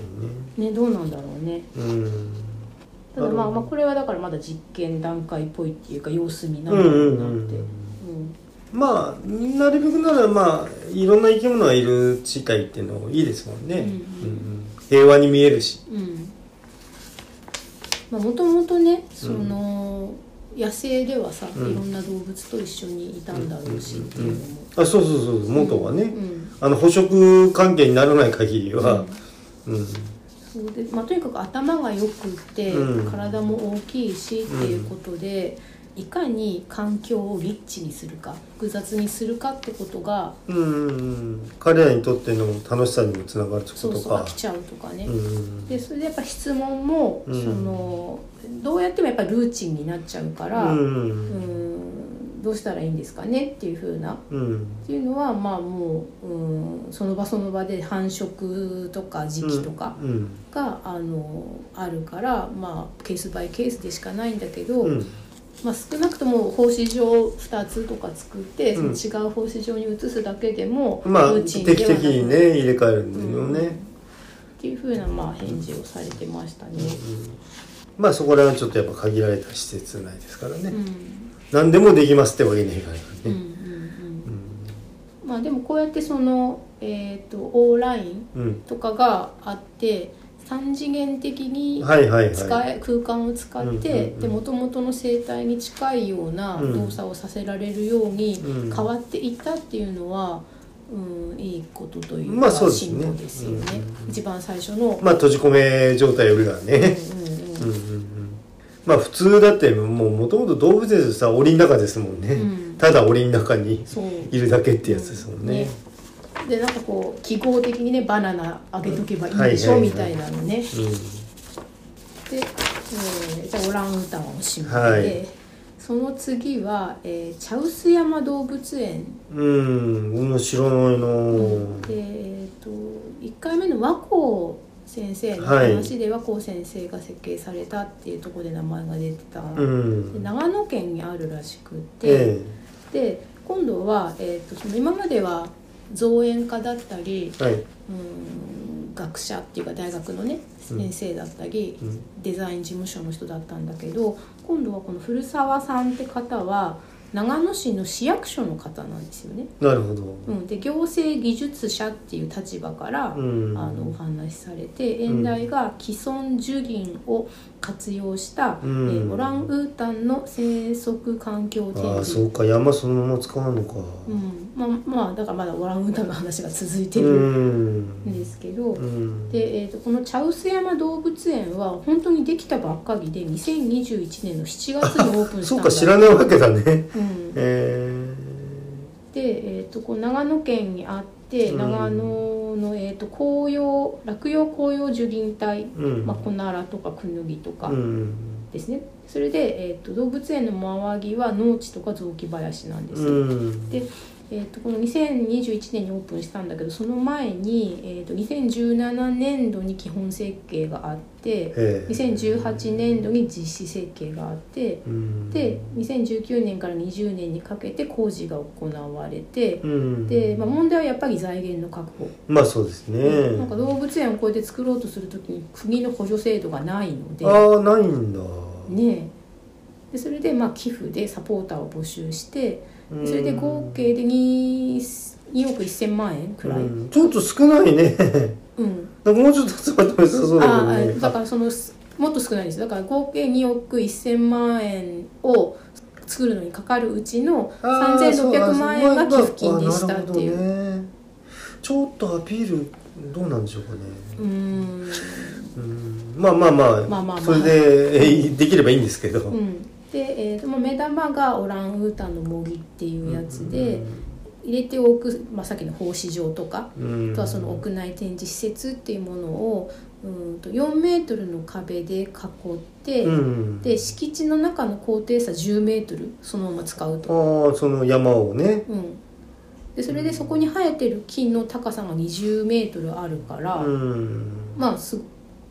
Speaker 1: ね。
Speaker 2: どうなんだろうね
Speaker 1: うん
Speaker 2: ただ
Speaker 1: な
Speaker 2: ま
Speaker 1: るほ
Speaker 2: あ
Speaker 1: ど
Speaker 2: まあこれはだからまだ実験段階っぽいっていうか様子見な
Speaker 1: うんん
Speaker 2: だ
Speaker 1: う
Speaker 2: ろ
Speaker 1: ん
Speaker 2: う
Speaker 1: う
Speaker 2: なって、
Speaker 1: ん
Speaker 2: うん
Speaker 1: まあなるべくならまあいろんな生き物がいる地帯っていうのもいいですもんね、
Speaker 2: うんうん
Speaker 1: ん平和に見えるし
Speaker 2: うんまあもともとねその、野生ではさ、
Speaker 1: うん
Speaker 2: いろんな動物と一緒にいたんだろうしっていうのも、
Speaker 1: あそうそうそう元はね、
Speaker 2: うん
Speaker 1: あの捕食関係にならない限りはうん、
Speaker 2: そうでまあ、とにかく頭がよくって、
Speaker 1: うん
Speaker 2: 体も大きいしっていうことで、いかに環境をリッチにするか複雑にするかってことが
Speaker 1: うんうん彼らにとっての楽しさにもつながるってこ
Speaker 2: そう
Speaker 1: と
Speaker 2: そう飽
Speaker 1: か
Speaker 2: きちゃうとかね、
Speaker 1: うん
Speaker 2: でそれでやっぱ質問も、
Speaker 1: うん
Speaker 2: そのどうやってもやっぱルーチンになっちゃうから、
Speaker 1: う
Speaker 2: うんんどうしたらいいんですかねっていうふうなっ
Speaker 1: うん
Speaker 2: ていうのはまあもう、うん、その場その場で繁殖とか時期とか。
Speaker 1: うん
Speaker 2: があのあるから、まあ、ケースバイケースでしかないんだけど、
Speaker 1: うん
Speaker 2: まあ、少なくとも奉仕状2つとか作って、
Speaker 1: うん
Speaker 2: その違う奉仕状に移すだけでも、
Speaker 1: まあ
Speaker 2: ルー
Speaker 1: 定
Speaker 2: チ
Speaker 1: 期
Speaker 2: ン
Speaker 1: 的
Speaker 2: ではなく
Speaker 1: にね入れ替えるんだよね、
Speaker 2: うんっていうふうな、まあ、返事をされてましたね。
Speaker 1: まあそこらはちょっとやっぱ限られた施設内ですからね、
Speaker 2: うん
Speaker 1: 何でもできますってわけにはいかないから
Speaker 2: うんうん
Speaker 1: ね
Speaker 2: うんまあ、でもこうやってその、えー、とオーライン
Speaker 1: うん、うん
Speaker 2: とかがあって3次元的に
Speaker 1: はいはい
Speaker 2: 使
Speaker 1: はい
Speaker 2: え空間を使って、
Speaker 1: うんうんうん
Speaker 2: で元々の生態に近いような
Speaker 1: うん
Speaker 2: 動作をさせられるように
Speaker 1: うん
Speaker 2: 変わっていったっていうのは、うん、いいことというか、
Speaker 1: まあそうですね
Speaker 2: 進歩ですよね、
Speaker 1: うんうん
Speaker 2: 一番最初の、
Speaker 1: まあ閉じ込め状態よりはね
Speaker 2: うんう
Speaker 1: うんう
Speaker 2: ん
Speaker 1: んうんまあ普通だってもうもともと動物園でさ檻の中ですもんね、
Speaker 2: うん
Speaker 1: ただ檻の中に
Speaker 2: そう
Speaker 1: いるだけってやつですもんね,、
Speaker 2: でなんかこう記号的にねバナナあげとけばいいでし
Speaker 1: は
Speaker 2: ょ
Speaker 1: いはい
Speaker 2: みたいなのね、で、えーじゃあオランウータンをしまって、
Speaker 1: はい
Speaker 2: その次は、えー、茶臼山動物園
Speaker 1: うんうん面白いの、
Speaker 2: でえー、と1回目の和光先生の話で和光先生が設計されたっていうところで名前が出てた、
Speaker 1: う
Speaker 2: で
Speaker 1: ん
Speaker 2: 長野県にあるらしく
Speaker 1: え
Speaker 2: て、で今度は、えー、とその今までは造園家だったり
Speaker 1: えはいう
Speaker 2: ーん学者っていうか大学のね
Speaker 1: うん
Speaker 2: 先生だったり、
Speaker 1: うん
Speaker 2: デザイン事務所の人だったんだけど今度はこの古澤さんって方は長野市の市役所の方なんですよね。
Speaker 1: なるほど
Speaker 2: う。ん、で行政技術者っていう立場から、
Speaker 1: うん
Speaker 2: あのお話しされて演題が既存樹林を活用した、
Speaker 1: うん
Speaker 2: えーオランウータンの生息環境展
Speaker 1: ああ、
Speaker 2: 示
Speaker 1: そうか、山そのまま使うのか。
Speaker 2: うん、まあまあだからまだオランウータンの話が続いて
Speaker 1: う
Speaker 2: るんで
Speaker 1: ん。
Speaker 2: すけど、
Speaker 1: うん。
Speaker 2: でえー、とこの茶臼山動物園は本当にできたばっかりで2021年の7月にオープンした
Speaker 1: そ
Speaker 2: ん
Speaker 1: う
Speaker 2: だ
Speaker 1: か、知らないわけだね。
Speaker 2: うん、で、
Speaker 1: え
Speaker 2: えー、とこう長野県にあって
Speaker 1: うん
Speaker 2: 長野の、えー、と紅葉落葉紅葉樹林帯、
Speaker 1: え。うん。
Speaker 2: まあ、コナラとかクヌギとか
Speaker 1: うん。
Speaker 2: ですね、それで、えー、と動物園の周りは農地とか雑木林なんですよ
Speaker 1: うん。
Speaker 2: でえー、とこの2021年にオープンしたんだけどその前に、えー、と2017年度に基本設計があって
Speaker 1: ええ
Speaker 2: 2018年度に実施設計があって
Speaker 1: うん。
Speaker 2: で2019年から20年にかけて工事が行われて
Speaker 1: うん。
Speaker 2: で、まあ、問題はやっぱり財源の確保、
Speaker 1: まあ、そうですね。
Speaker 2: なんか動物園をこうやって作ろうとするときに国の補助制度がないので,、
Speaker 1: ああ、ないんだ。
Speaker 2: ねえ、でそれでまあ寄付でサポーターを募集して。
Speaker 1: うん
Speaker 2: それで合計で 2, 2億1000万円くらい、う
Speaker 1: うんんちょっと少ないね。 なんかもうちょっと集まっても良さそうだ
Speaker 2: あ
Speaker 1: けど
Speaker 2: あ
Speaker 1: ね。
Speaker 2: だからそのもっと少ないですだから合計2億1000万円を作るのにかかるうちの
Speaker 1: あーそう
Speaker 2: 3600万円が寄付金に
Speaker 1: あ
Speaker 2: したっていう
Speaker 1: なるほどねちょっとアピールどうなんでしょうかね
Speaker 2: うー
Speaker 1: う
Speaker 2: ん、
Speaker 1: んまあまあまあ
Speaker 2: まあまあ
Speaker 1: それでえーできればいいんですけど、
Speaker 2: う
Speaker 1: うん
Speaker 2: ん、で、えーとまあ、目玉がオランウータンの模擬っていうやつで入れておく、まあ、さっきの奉仕場とか
Speaker 1: うん
Speaker 2: あとはその屋内展示施設っていうものをうーんと4メートルの壁で囲って、
Speaker 1: うん
Speaker 2: で敷地の中の高低差10メートルそのまま使うと、
Speaker 1: ああその山をね
Speaker 2: うん、でそれでそこに生えてる木の高さが20メートルあるから、
Speaker 1: うん
Speaker 2: まあす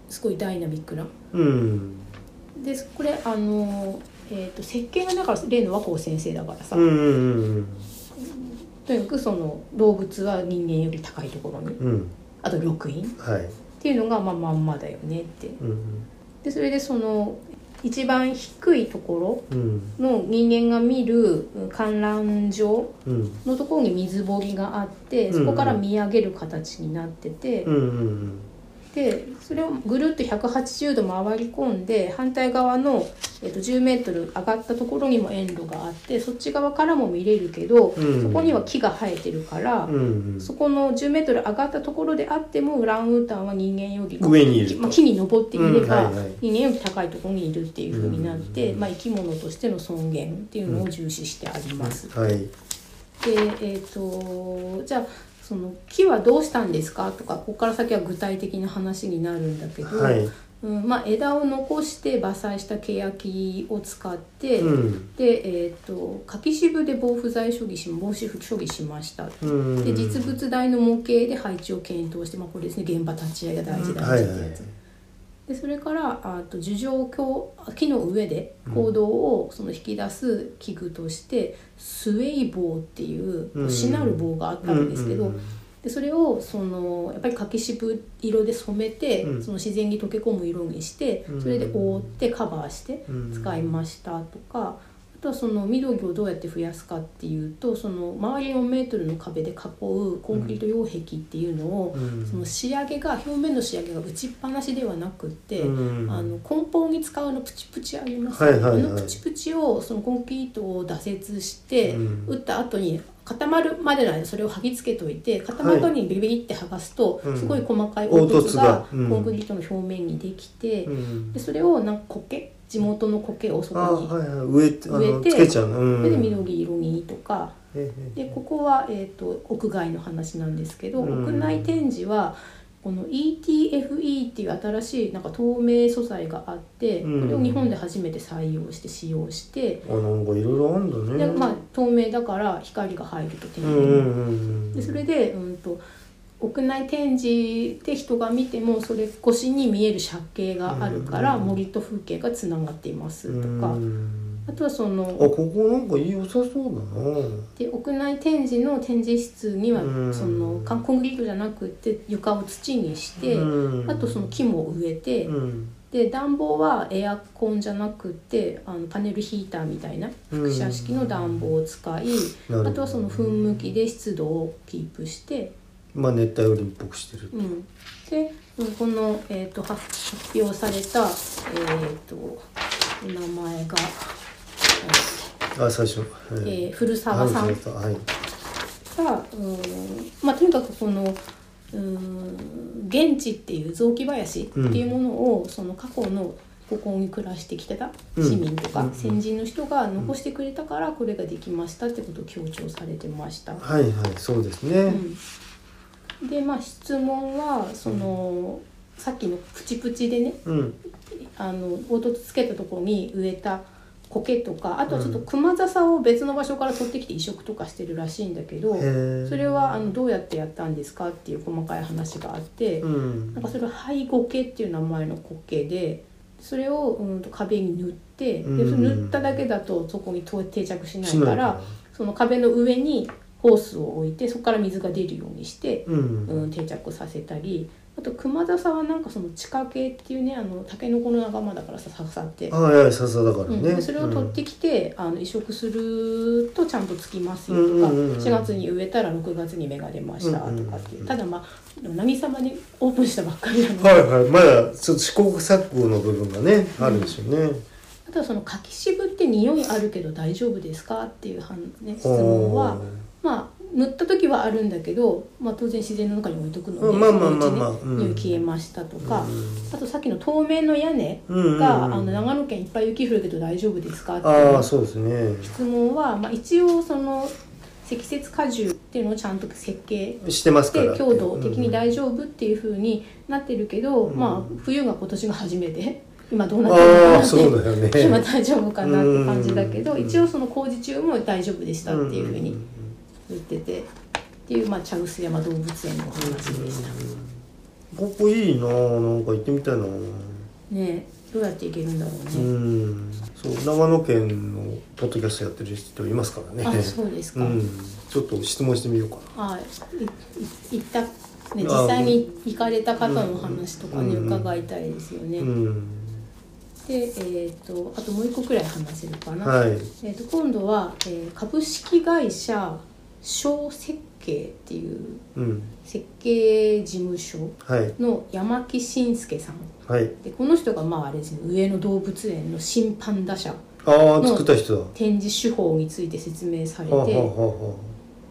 Speaker 2: すごいダイナミックな
Speaker 1: うん
Speaker 2: でこれあの、えー、と設計がだから例の和光先生だからさ、
Speaker 1: うんうん
Speaker 2: とにかくその動物は人間より高いところに
Speaker 1: うん
Speaker 2: あと緑陰っ
Speaker 1: はい、
Speaker 2: ていうのがまあまんまだよねって
Speaker 1: うん
Speaker 2: でそれでその一番低いとこ
Speaker 1: うん
Speaker 2: ろの人間が見るうん観覧場
Speaker 1: うん
Speaker 2: のところに水堀があってそこから見上げる形になってて、
Speaker 1: うんうん
Speaker 2: でそれをぐるっと180度回り込んで反対側の、えっと10メートル上がったところにも園路があってそっち側からも見れるけど、
Speaker 1: うん
Speaker 2: そこには木が生えてるから、
Speaker 1: うんうん
Speaker 2: そこの10メートル上がったところであってもオランウータンは人間より
Speaker 1: 上にいると
Speaker 2: まあ、木に登っていれば、
Speaker 1: うんはいはい
Speaker 2: 人間より高いところにいるっていうふうになって、まあ、生き物としての尊厳っていうのを重視してあります。
Speaker 1: はい
Speaker 2: でえー、とじゃあその木はどうしたんですかとかここから先は具体的な話になるんだけど、
Speaker 1: はい
Speaker 2: うんまあ、枝を残して伐採したケヤキを使って、
Speaker 1: うん
Speaker 2: で、えー、と柿渋で防腐剤処理し防止処理しました、
Speaker 1: うん
Speaker 2: で実物大の模型で配置を検討して、まあ、これですね現場立ち会いが大事だ
Speaker 1: は
Speaker 2: って
Speaker 1: い
Speaker 2: やつ、
Speaker 1: はい
Speaker 2: でそれからあと樹上橋木の上で行動をその引き出す器具として、スウェイ棒っていう
Speaker 1: うん
Speaker 2: しなる棒があったんですけ
Speaker 1: う
Speaker 2: ど、
Speaker 1: んうんうん
Speaker 2: でそれをそのやっぱり柿渋色で染めて、
Speaker 1: うん
Speaker 2: その自然に溶け込む色にして
Speaker 1: うん
Speaker 2: それで覆ってカバーして
Speaker 1: うん
Speaker 2: 使いましたとか、あとはその緑をどうやって増やすかっていうとその周り4メートルの壁で囲うコンクリート擁壁っていうのを、
Speaker 1: うん
Speaker 2: その仕上げが表面の仕上げが打ちっぱなしではなくって、
Speaker 1: うん
Speaker 2: あの梱包に使うのプチプチあります、
Speaker 1: はいはいはい
Speaker 2: あのプチプチをそのコンクリートを打折して、
Speaker 1: うん
Speaker 2: 打った後に固まるまでの間それを剥ぎ付けといて固まった後にビリビリって剥がすと、
Speaker 1: うん
Speaker 2: すごい細かい凹凸
Speaker 1: 凹
Speaker 2: がコ
Speaker 1: 凸がうん
Speaker 2: ンクリートの表面にできて、
Speaker 1: うん
Speaker 2: でそれをなんか苔地元の苔をそ
Speaker 1: あ
Speaker 2: こに、
Speaker 1: はいはい植えてあの
Speaker 2: 植えて
Speaker 1: つけちゃうの、うん、
Speaker 2: それで緑色にとか
Speaker 1: ええ
Speaker 2: でここは、えー、と屋外の話なんですけど、
Speaker 1: うん
Speaker 2: 屋内展示はこの ETFE っていう新しいなんか透明素材があって、
Speaker 1: うん
Speaker 2: これを日本で初めて採用して使用して、
Speaker 1: あなんかいろいろあんだね
Speaker 2: でまあ、透明だから光が入ると
Speaker 1: う
Speaker 2: 天
Speaker 1: んうんうん
Speaker 2: でそれで、うん、と屋内展示で人が見てもそれ越しに見える借景があるから、
Speaker 1: うん
Speaker 2: 森と風景がつながっていますとか。
Speaker 1: うん
Speaker 2: あとはそ
Speaker 1: あ
Speaker 2: の
Speaker 1: ここなんか良さそうだな
Speaker 2: で屋内展示の展示室には
Speaker 1: うん
Speaker 2: そのかコンクリートじゃなくて床を土にして
Speaker 1: うん
Speaker 2: あとその木も植えて
Speaker 1: うん
Speaker 2: で暖房はエアコンじゃなくてあのパネルヒーターみたいな副車式の暖房を使い
Speaker 1: なるほど
Speaker 2: あとはその噴霧器で湿度をキープして、
Speaker 1: まあ熱帯雨林っぽくしてる
Speaker 2: うん、でうんこの、えー、と発発表された、えー、とお名前が、
Speaker 1: あ最初、は
Speaker 2: え
Speaker 1: い
Speaker 2: ー古澤さん
Speaker 1: はいはい
Speaker 2: が、うんまあ、とにかくこのうん現地っていう雑木林っていうものを、その過去のここに暮らしてきてた市民と
Speaker 1: うん
Speaker 2: か
Speaker 1: うん
Speaker 2: 先人の人が残してくれたからこれができましたってことを強調されてました。
Speaker 1: はいはいそうですね、
Speaker 2: うん、でまあ質問はその、さっきのプチプチでね
Speaker 1: うん
Speaker 2: あの凹凸つけたところに植えた苔とかあとはちょっと熊笹を別の場所から取ってきて移植とかしてるらしいんだけど、
Speaker 1: へえ
Speaker 2: それはあのどうやってやったんですかっていう細かい話があって、
Speaker 1: うん
Speaker 2: なんかそれは灰苔っていう名前の苔でそれをうんと壁に塗って、
Speaker 1: うん
Speaker 2: でそれ塗っただけだとそこにと定着しない
Speaker 1: し
Speaker 2: か
Speaker 1: ないからら
Speaker 2: その壁の上にホースを置いてそこから水が出るようにして、
Speaker 1: うん
Speaker 2: うん、定着させたりあと熊笹はなんかその地下茎っていうねあのタケノコの仲間だからさ刺さって。
Speaker 1: ああいや笹だから
Speaker 2: うん
Speaker 1: ね、
Speaker 2: でそれを取ってきて、あの移植するとちゃんとつきますよ
Speaker 1: うん
Speaker 2: とか、
Speaker 1: うんうんうん
Speaker 2: 4月に植えたら6月に芽が出ましたとかってい
Speaker 1: う
Speaker 2: う、
Speaker 1: んうんうん
Speaker 2: ただまあでも渚までオープンしたばっかりなので、
Speaker 1: はいはいまだちょっと試行錯誤の部分がね、あるんでしょうね
Speaker 2: あとはその柿渋って匂いあるけど大丈夫ですかっていうはん、ね、質問はまあ塗った時はあるんだけど、まあ、当然自然の中に置いとくので、
Speaker 1: うんまあまあまあまあ
Speaker 2: その
Speaker 1: うん
Speaker 2: うちね匂い消えましたとか、
Speaker 1: うん
Speaker 2: あとさっきの透明の屋根
Speaker 1: うんうんうん
Speaker 2: が、あの長野県いっぱい雪降るけど大丈夫ですかっていう
Speaker 1: ああそうですね
Speaker 2: 質問は、まあ、一応その積雪果樹っていうのをちゃんと設計
Speaker 1: してます
Speaker 2: し
Speaker 1: から
Speaker 2: て強度的に大丈夫っていうふうになってるけど、まあ冬が今年が初 めて今どうなってるの
Speaker 1: あ
Speaker 2: か な
Speaker 1: あ
Speaker 2: っ
Speaker 1: そうだよ
Speaker 2: て今
Speaker 1: ね
Speaker 2: 大丈夫かなって感じだけど、
Speaker 1: うん
Speaker 2: 一応その工事中も大丈夫でしたっていうふうに言ってて。っていうまあ茶臼山動物園のお話でした。
Speaker 1: ここいいななんか行ってみたいな
Speaker 2: ねえどうやっていけるんだろうね。
Speaker 1: うんそう長野県のポッドキャストやってる人いますからね
Speaker 2: あそうですか。
Speaker 1: うん、ちょっと質問してみようかな
Speaker 2: はい、いい行った、ね、実
Speaker 1: あ
Speaker 2: 際に行かれた方の話とかね、
Speaker 1: うん
Speaker 2: 伺いたいですよね。
Speaker 1: うん
Speaker 2: で、えっとあともう一個くらい話せるかな、
Speaker 1: はい
Speaker 2: えっと今度は、えー株式会社小設計っていう
Speaker 1: うん
Speaker 2: 設計事務所
Speaker 1: はい
Speaker 2: の山木慎介さん
Speaker 1: はい
Speaker 2: でこの人がまああれですね上野動物園の新パンダ社
Speaker 1: ああ作った人だ
Speaker 2: 展示手法について説明され
Speaker 1: はあは
Speaker 2: て、
Speaker 1: あ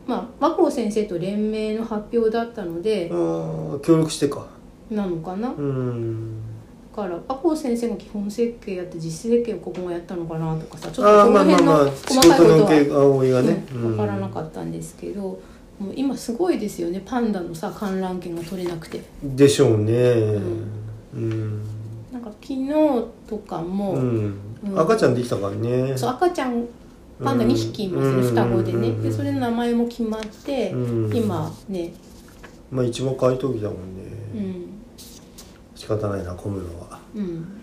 Speaker 2: まあ、和光先生と連名の発表だったので、
Speaker 1: はああー協力してか
Speaker 2: なのかな
Speaker 1: うん
Speaker 2: だから赤穂先生が基本設計やって実施設計をここもやったのかなとかさちょっ
Speaker 1: あ
Speaker 2: と
Speaker 1: あ
Speaker 2: そ
Speaker 1: ま
Speaker 2: の
Speaker 1: あまあ
Speaker 2: 辺
Speaker 1: まあ
Speaker 2: の
Speaker 1: 仕
Speaker 2: 細か
Speaker 1: 事
Speaker 2: いこと
Speaker 1: の
Speaker 2: は
Speaker 1: 経葵がね
Speaker 2: うんわからな
Speaker 1: っ
Speaker 2: かったんですけど、もう今すごいですよねパンダのさ観覧券が取れなくて
Speaker 1: たでしょうねうん
Speaker 2: なんか昨日とかも、
Speaker 1: うん
Speaker 2: うん
Speaker 1: 赤ちゃんできたからね
Speaker 2: そう赤ちゃんパンダ2匹いますね、
Speaker 1: うん
Speaker 2: 双子でね、
Speaker 1: うん
Speaker 2: でそれの名前も決まって、
Speaker 1: うん
Speaker 2: 今ね、
Speaker 1: まあ一番買い時だもん
Speaker 2: う
Speaker 1: ね
Speaker 2: ん
Speaker 1: 仕方ないな混むのは
Speaker 2: うん、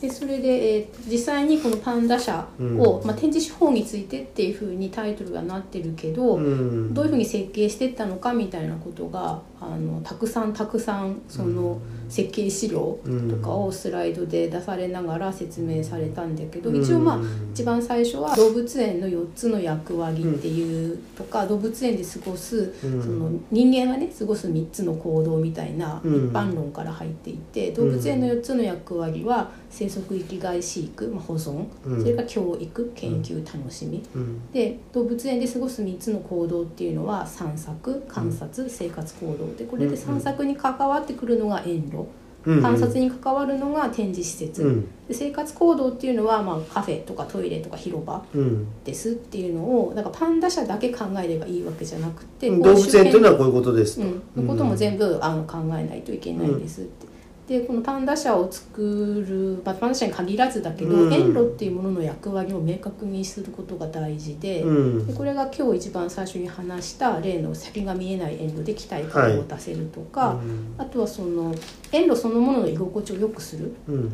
Speaker 2: でそれで、えー実際にこのパンダ社を、
Speaker 1: うん
Speaker 2: まあ、展示手法についてっていうふうにタイトルがなってるけど、
Speaker 1: ん
Speaker 2: どういうふうに設計してったのかみたいなことがあのたくさんたくさんその設計資料とかをスライドで出されながら説明されたんだけど、
Speaker 1: うん
Speaker 2: 一応まあ一番最初は動物園の4つの役割っていうとか、動物園で過ごす
Speaker 1: う
Speaker 2: そ
Speaker 1: ん
Speaker 2: の人間がね過ごす3つの行動みたいな
Speaker 1: うん
Speaker 2: 一般論から入っていて動物園の4つの役割は生息域外飼育、まあ、保存
Speaker 1: うん
Speaker 2: それから教育研究楽しみ、
Speaker 1: うん
Speaker 2: で動物園で過ごす3つの行動っていうのは散策観察、生活行動でこれで散策に関わってくるのが園
Speaker 1: う
Speaker 2: 路、
Speaker 1: ん
Speaker 2: 観察に関わるのが展示施設、
Speaker 1: うん
Speaker 2: で生活行動っていうのは、まあ、カフェとかトイレとか広場
Speaker 1: うん
Speaker 2: ですっていうのをだからパンダ社だけ考えればいいわけじゃなくて
Speaker 1: 動物園っていうのはこういうことです
Speaker 2: うん、のことも全部、あの考えないといけないんですって。でこのパンダ社を作る、まあ、パンダ社に限らずだけど、
Speaker 1: うん
Speaker 2: 園路っていうものの役割を明確にすることが大事で,、
Speaker 1: うん
Speaker 2: でこれが今日一番最初に話した例の先が見えない園路で期待感を持たせるとか、
Speaker 1: うん
Speaker 2: あとはその園路そのものの居心地を良くする、
Speaker 1: うん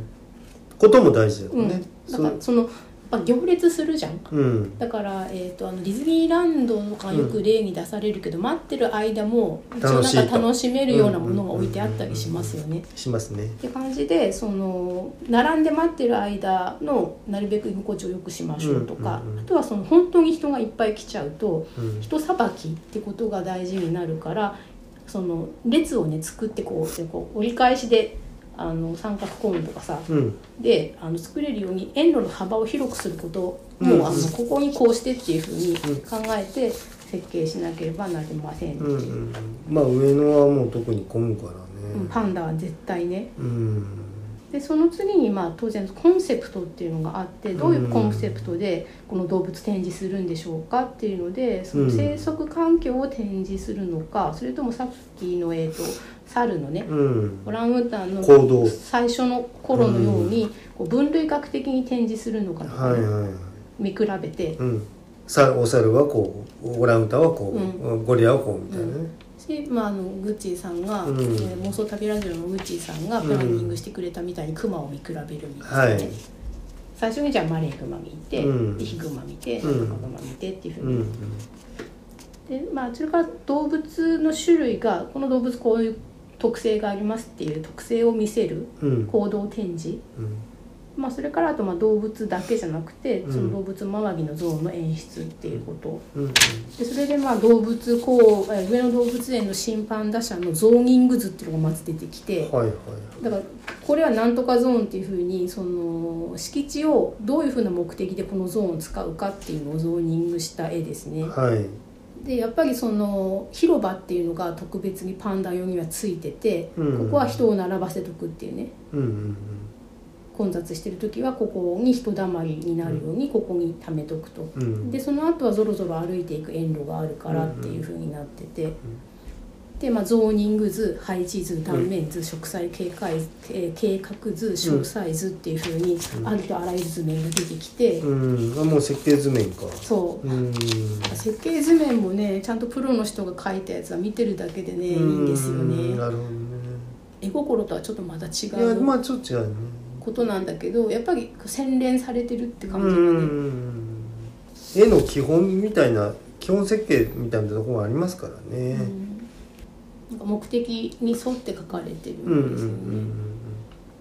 Speaker 1: ことも大事だよね
Speaker 2: うん、だからそのぱ行列するじゃん
Speaker 1: うん
Speaker 2: だから、えー、とあのディズニーランドがよく例に出されるけど、待ってる間も一応
Speaker 1: 楽しいと
Speaker 2: なんか楽しめるようなものが置いてあったりしますよね。
Speaker 1: しますね
Speaker 2: って感じでその並んで待ってる間のなるべく居心地を良くしましょうとか、
Speaker 1: うんうんうん
Speaker 2: あとはその本当に人がいっぱい来ちゃうと
Speaker 1: うん
Speaker 2: 人さばきってことが大事になるからその列をね作ってこうでこう折り返しであの三角コーンとかさ
Speaker 1: うん
Speaker 2: であの作れるように遠路の幅を広くすることを、
Speaker 1: うん
Speaker 2: もうあのここにこうしてっていうふう
Speaker 1: う
Speaker 2: に
Speaker 1: ん
Speaker 2: 考えて設計しなければなりませんって
Speaker 1: うんう
Speaker 2: いう、
Speaker 1: んまあ上野はもう特に混むから
Speaker 2: うん
Speaker 1: ね
Speaker 2: パンダは絶対ね
Speaker 1: うん
Speaker 2: でその次にまあ当然コンセプトっていうのがあってどういうコンセプトでこの動物展示するんでしょうかっていうのでその生息環境を展示するのかそれともさっきの、えー、と猿のね
Speaker 1: うん
Speaker 2: オランウータンの
Speaker 1: 行動
Speaker 2: 最初の頃のようにこう分類学的に展示するのかとか
Speaker 1: はいはい
Speaker 2: 見比べて
Speaker 1: うんさお猿はこうオランウータンはこう、
Speaker 2: う
Speaker 1: ゴリラはこうみたいなね、
Speaker 2: し、まあ、あのグッチーさんが、
Speaker 1: うん
Speaker 2: えー妄想旅ラジオのグッチーさんがプランニングしてくれたみたいにクマを見比べるみた
Speaker 1: はい
Speaker 2: な、
Speaker 1: い
Speaker 2: 最初にじゃあマレーグマ見て、
Speaker 1: うん
Speaker 2: でヒグマ見てカ
Speaker 1: うん
Speaker 2: グマ見てっていうふ
Speaker 1: う
Speaker 2: うんに、
Speaker 1: うん
Speaker 2: でまあ、それから動物の種類がこの動物こういう特性がありますっていう特性を見せる
Speaker 1: うん
Speaker 2: 行動展示、
Speaker 1: うん
Speaker 2: まあ、それからあとまあ動物だけじゃなくて
Speaker 1: うん
Speaker 2: その動物周りのゾーンの演出っていうこと、
Speaker 1: うん
Speaker 2: でそれでまあ動物こうえー上野動物園の審判打者のゾーニング図っていうのがまず出てきて
Speaker 1: はいはい
Speaker 2: だからこれはなんとかゾーンっていうふうにその敷地をどういうふうな目的でこのゾーンを使うかっていうのをゾーニングした絵ですね。
Speaker 1: はい
Speaker 2: でやっぱりその広場っていうのが特別にパンダ用にはついてて
Speaker 1: うん
Speaker 2: ここは人を並ばせとくっていうね
Speaker 1: うんうん
Speaker 2: 混雑してる時はここに人だまりになるようにここに貯めとくと。
Speaker 1: うんうん
Speaker 2: でその後はぞろぞろ歩いていく遠路があるからっていう風になってて、で、まあ、ゾーニング図配置図断面図植栽警戒、えー計画図詳細図っていう風に、ありとあらゆる図面が出てきて、
Speaker 1: うんあもう設計図面か
Speaker 2: そううん設計図面もねちゃんとプロの人が書いたやつは見てるだけでねいいんですよ
Speaker 1: うんなるほど
Speaker 2: ね
Speaker 1: ね
Speaker 2: 絵心とはちょっとまた違
Speaker 1: いや
Speaker 2: う
Speaker 1: まあちょっと違うね
Speaker 2: ことなんだけどやっぱり洗練されてるって
Speaker 1: う
Speaker 2: 感
Speaker 1: ん
Speaker 2: じが
Speaker 1: う
Speaker 2: ね、
Speaker 1: んうん絵の基本みたいな基本設計みたいなところがありますからね
Speaker 2: うんなんか目的に沿って書かれてる
Speaker 1: うんうん
Speaker 2: んですよね、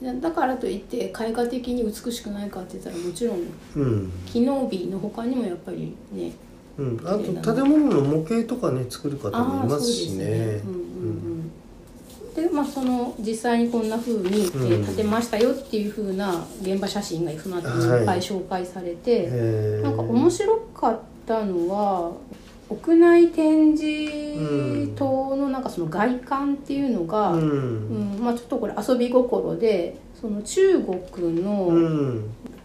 Speaker 2: いやだからといって絵画的に美しくないかって言ったらもちろん
Speaker 1: うんうん
Speaker 2: 機能美の他にもやっぱりね
Speaker 1: うん、あと建物の模型とかね作る方もいますしね
Speaker 2: うんうんうん、でまあその実際にこんな風に、えー
Speaker 1: うん
Speaker 2: 建てましたよっていう風な現場写真がその後にいっぱい紹介されて、
Speaker 1: へー
Speaker 2: なんか面白かったのは屋内展示棟のなんかその外観っていうのが、
Speaker 1: う
Speaker 2: うん
Speaker 1: ん
Speaker 2: まあ、ちょっとこれ遊び心でその中国
Speaker 1: う
Speaker 2: の
Speaker 1: ん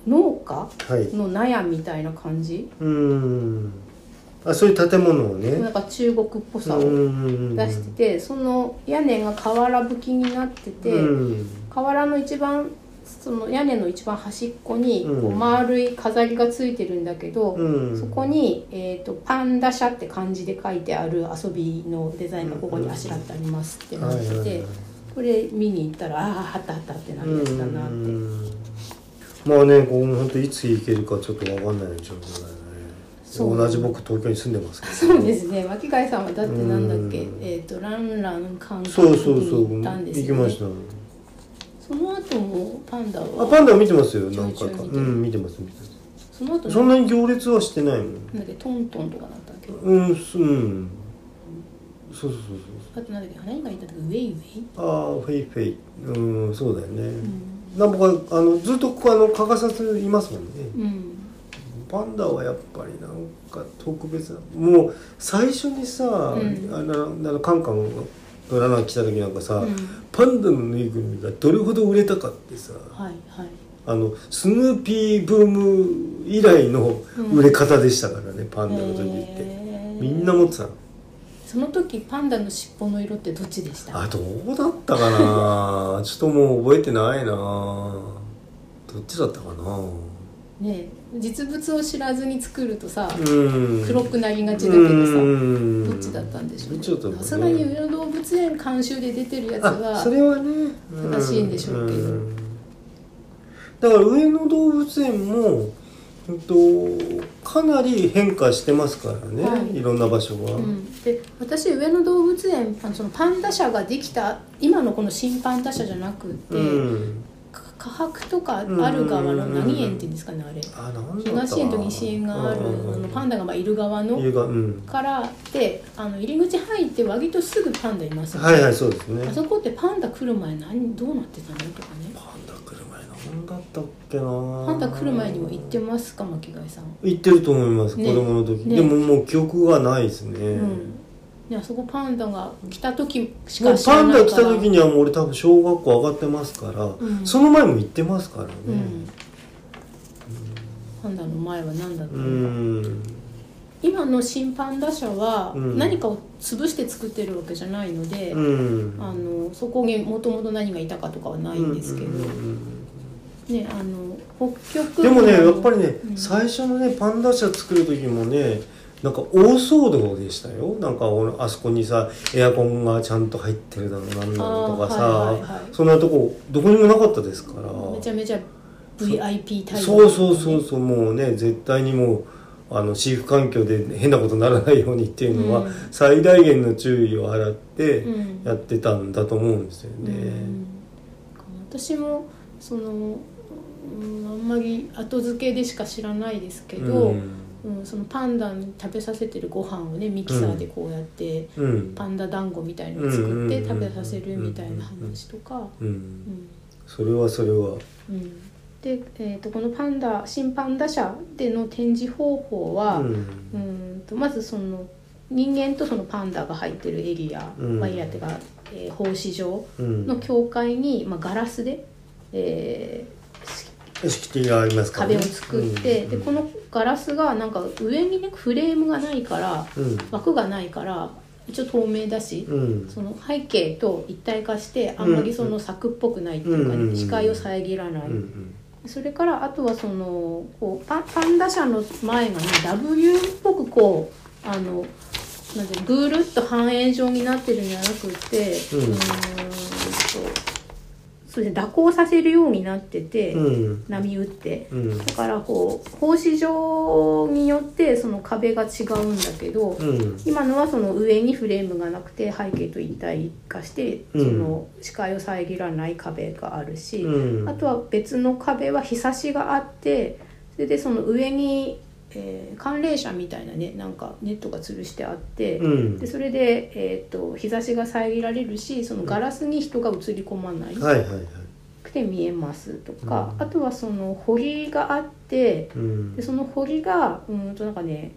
Speaker 2: 農家、
Speaker 1: はい
Speaker 2: の納屋みたいな感じ、
Speaker 1: うんあそういう建物を
Speaker 2: な
Speaker 1: ね
Speaker 2: んか中国っぽさ
Speaker 1: う
Speaker 2: を
Speaker 1: ん
Speaker 2: 出してて、その屋根が瓦葺きになってて、
Speaker 1: うん
Speaker 2: 瓦の一番その屋根の一番端っこにこ
Speaker 1: うん
Speaker 2: う丸い飾りがついてるんだけど、
Speaker 1: うん、
Speaker 2: そこに、えーと「パンダ社」って漢字で書いてある遊びのデザインがここにあしらってありますってなってて、
Speaker 1: はいはいはい
Speaker 2: これ見に行ったら「あああったあった」ってなるやつだなって。
Speaker 1: うんまあねこう本当いつ行けるかちょっとわかんない状況だよね
Speaker 2: そう
Speaker 1: 同じ僕東京に住んでますけど
Speaker 2: そうですね巻貝さんはだってなんだっけ、
Speaker 1: うん
Speaker 2: えっ、とランラン観
Speaker 1: そ
Speaker 2: 光
Speaker 1: うそうそう
Speaker 2: に行ったんです
Speaker 1: 行き
Speaker 2: よ、ね、
Speaker 1: ました
Speaker 2: その後もパンダ
Speaker 1: あ
Speaker 2: は
Speaker 1: パンダ見てますよ何回
Speaker 2: ち
Speaker 1: か
Speaker 2: ょいちょい見て
Speaker 1: う
Speaker 2: る
Speaker 1: ん見てます見てます
Speaker 2: その後
Speaker 1: そん
Speaker 2: な
Speaker 1: なに行列はしてないもん
Speaker 2: んだっけトントンとかだったっけ
Speaker 1: うんすうんそうそうそう
Speaker 2: あとなんだっけ何が言ったっけウェイウェイ、
Speaker 1: そうああフェイフェイうんそうだよね、
Speaker 2: うん
Speaker 1: なんか僕はあのずっとここあの欠かさずいますもんね
Speaker 2: うん、
Speaker 1: パンダはやっぱりなんか特別なもう最初にさ、
Speaker 2: ん
Speaker 1: あのあのカンカンドラナ来た時なんかさ、
Speaker 2: うん
Speaker 1: パンダのぬいぐるみがどれほど売れたかってさ
Speaker 2: はいはい
Speaker 1: あのスヌーピーブーム以来の売れ方でしたからね、パンダの時って、
Speaker 2: へー
Speaker 1: みんな持ってたの
Speaker 2: その時パンダの尻尾の色ってどっちでした
Speaker 1: あどうだったか なちょっともう覚えてないなどっちだったかな
Speaker 2: ねえ実物を知らずに作るとさ、
Speaker 1: うん
Speaker 2: 黒くなりがちだけどさ、
Speaker 1: うん
Speaker 2: どっちだったんでしょう
Speaker 1: どっちだったのか
Speaker 2: さすがに上野動物園監修で出てるやつは
Speaker 1: あそれはねうん
Speaker 2: 正しいんでしょうけど
Speaker 1: んだから上野動物園もうんとかなり変化してますからね、、
Speaker 2: はいい
Speaker 1: ろんな場所が、
Speaker 2: うん、で私上野動物園あのそのパンダ舎ができた今のこの新パンダ舎じゃなくて、
Speaker 1: うん
Speaker 2: か科博とかある側の何園っていうんですかねあれ
Speaker 1: あなんだった
Speaker 2: 東園と西園がある、あのパン
Speaker 1: ダ
Speaker 2: ダがまあいる側の
Speaker 1: がうん
Speaker 2: からであの入り口入って割とすぐパンダいますよね
Speaker 1: はいはいそうですね
Speaker 2: あそこってパンダ来る前何どうなってたのとかね
Speaker 1: パンダ来る前なんだったっけなパ
Speaker 2: パンダ来る前にも行ってますか巻貝さん、
Speaker 1: 行ってると思います、
Speaker 2: ね
Speaker 1: 子供の時、
Speaker 2: ね
Speaker 1: でももう記憶がないですね、
Speaker 2: うんねあそこパンダが来た時し
Speaker 1: も
Speaker 2: か
Speaker 1: う
Speaker 2: 知
Speaker 1: パ
Speaker 2: ら
Speaker 1: ン
Speaker 2: な
Speaker 1: ダ
Speaker 2: い
Speaker 1: 来
Speaker 2: から
Speaker 1: た時にはもう俺多分小学校上がってますから、
Speaker 2: うん
Speaker 1: その前も行ってますからね
Speaker 2: うん、パンダの前は何だった
Speaker 1: う
Speaker 2: のか、
Speaker 1: ん
Speaker 2: 今の新パンダ社は
Speaker 1: うん
Speaker 2: 何かを潰して作ってるわけじゃないので、
Speaker 1: うん
Speaker 2: あのそこにもともと何がいたかとかはないんですけど、
Speaker 1: うんうんうん
Speaker 2: ねあの北極
Speaker 1: でもねやっぱりね、
Speaker 2: うん
Speaker 1: 最初のねパンダ車作る時もねなんか大騒動でしたよなんか俺あそこにさエアコンがちゃんと入ってるだろうなんだろうとかさ、
Speaker 2: あーはいはいはい
Speaker 1: そんなとこどこにもなかったですから
Speaker 2: めちゃめちゃ VIP 対応
Speaker 1: そうそうそうそうもうね絶対にもうあの飼育環境で変なことにならないようにっていうのは、
Speaker 2: うん
Speaker 1: 最大限の注意を払って
Speaker 2: うん
Speaker 1: やってたんだと思うんですよね。
Speaker 2: うん私もその、うん、あんまり後付けでしか知らないですけど、
Speaker 1: うん
Speaker 2: うん、そのパンダに食べさせてるご飯をねミキサーでこうやって、
Speaker 1: うん
Speaker 2: パンダ団子みたいのを作っ
Speaker 1: う
Speaker 2: て
Speaker 1: ん
Speaker 2: 食べさせるみたいな話とか、
Speaker 1: うん
Speaker 2: うん
Speaker 1: それはそれは。
Speaker 2: うん、で、えー、とこのパンダ新パンダ社での展示方法は、
Speaker 1: う
Speaker 2: うんん、とまずその人間とそのパンダが入ってるエリア、
Speaker 1: うん
Speaker 2: まあ、エリアっていうか、えー奉仕場
Speaker 1: うん
Speaker 2: の境界に、まあ、ガラスで、えー
Speaker 1: 敷地がありますから、
Speaker 2: 壁を作って、
Speaker 1: うん
Speaker 2: でこのガラスがなんか上にねフレームがないから、
Speaker 1: うん
Speaker 2: 枠がないから一応透明だし、
Speaker 1: うん
Speaker 2: その背景と一体化してあんまりその柵っぽくないっていうか、
Speaker 1: うんうん
Speaker 2: ね、視界を遮らない、
Speaker 1: うんうん
Speaker 2: それからあとはそのこうパパンダ社の前がね W っぽくこうあのなんていうのぐるっと半円状になってるんじゃなくて、
Speaker 1: うん
Speaker 2: ーんとそれで蛇行させるようになってて、
Speaker 1: うん
Speaker 2: 波打って。
Speaker 1: うん
Speaker 2: だからこう格子状によってその壁が違うんだけど、
Speaker 1: うん
Speaker 2: 今のはその上にフレームがなくて背景と一体化してそ
Speaker 1: うん
Speaker 2: の視界を遮らない壁があるし、
Speaker 1: うん
Speaker 2: あとは別の壁は日差しがあってそれでその上に、えー寒冷車みたいなねなんかネットが吊るしてあって、
Speaker 1: うん
Speaker 2: でそれで、えー、と日差しが遮られるしそのガラスに人が映り込まない
Speaker 1: はいはいはい
Speaker 2: くて見えますとか、
Speaker 1: うん
Speaker 2: あとはその堀があって
Speaker 1: うん
Speaker 2: でその堀がうーんとなんかね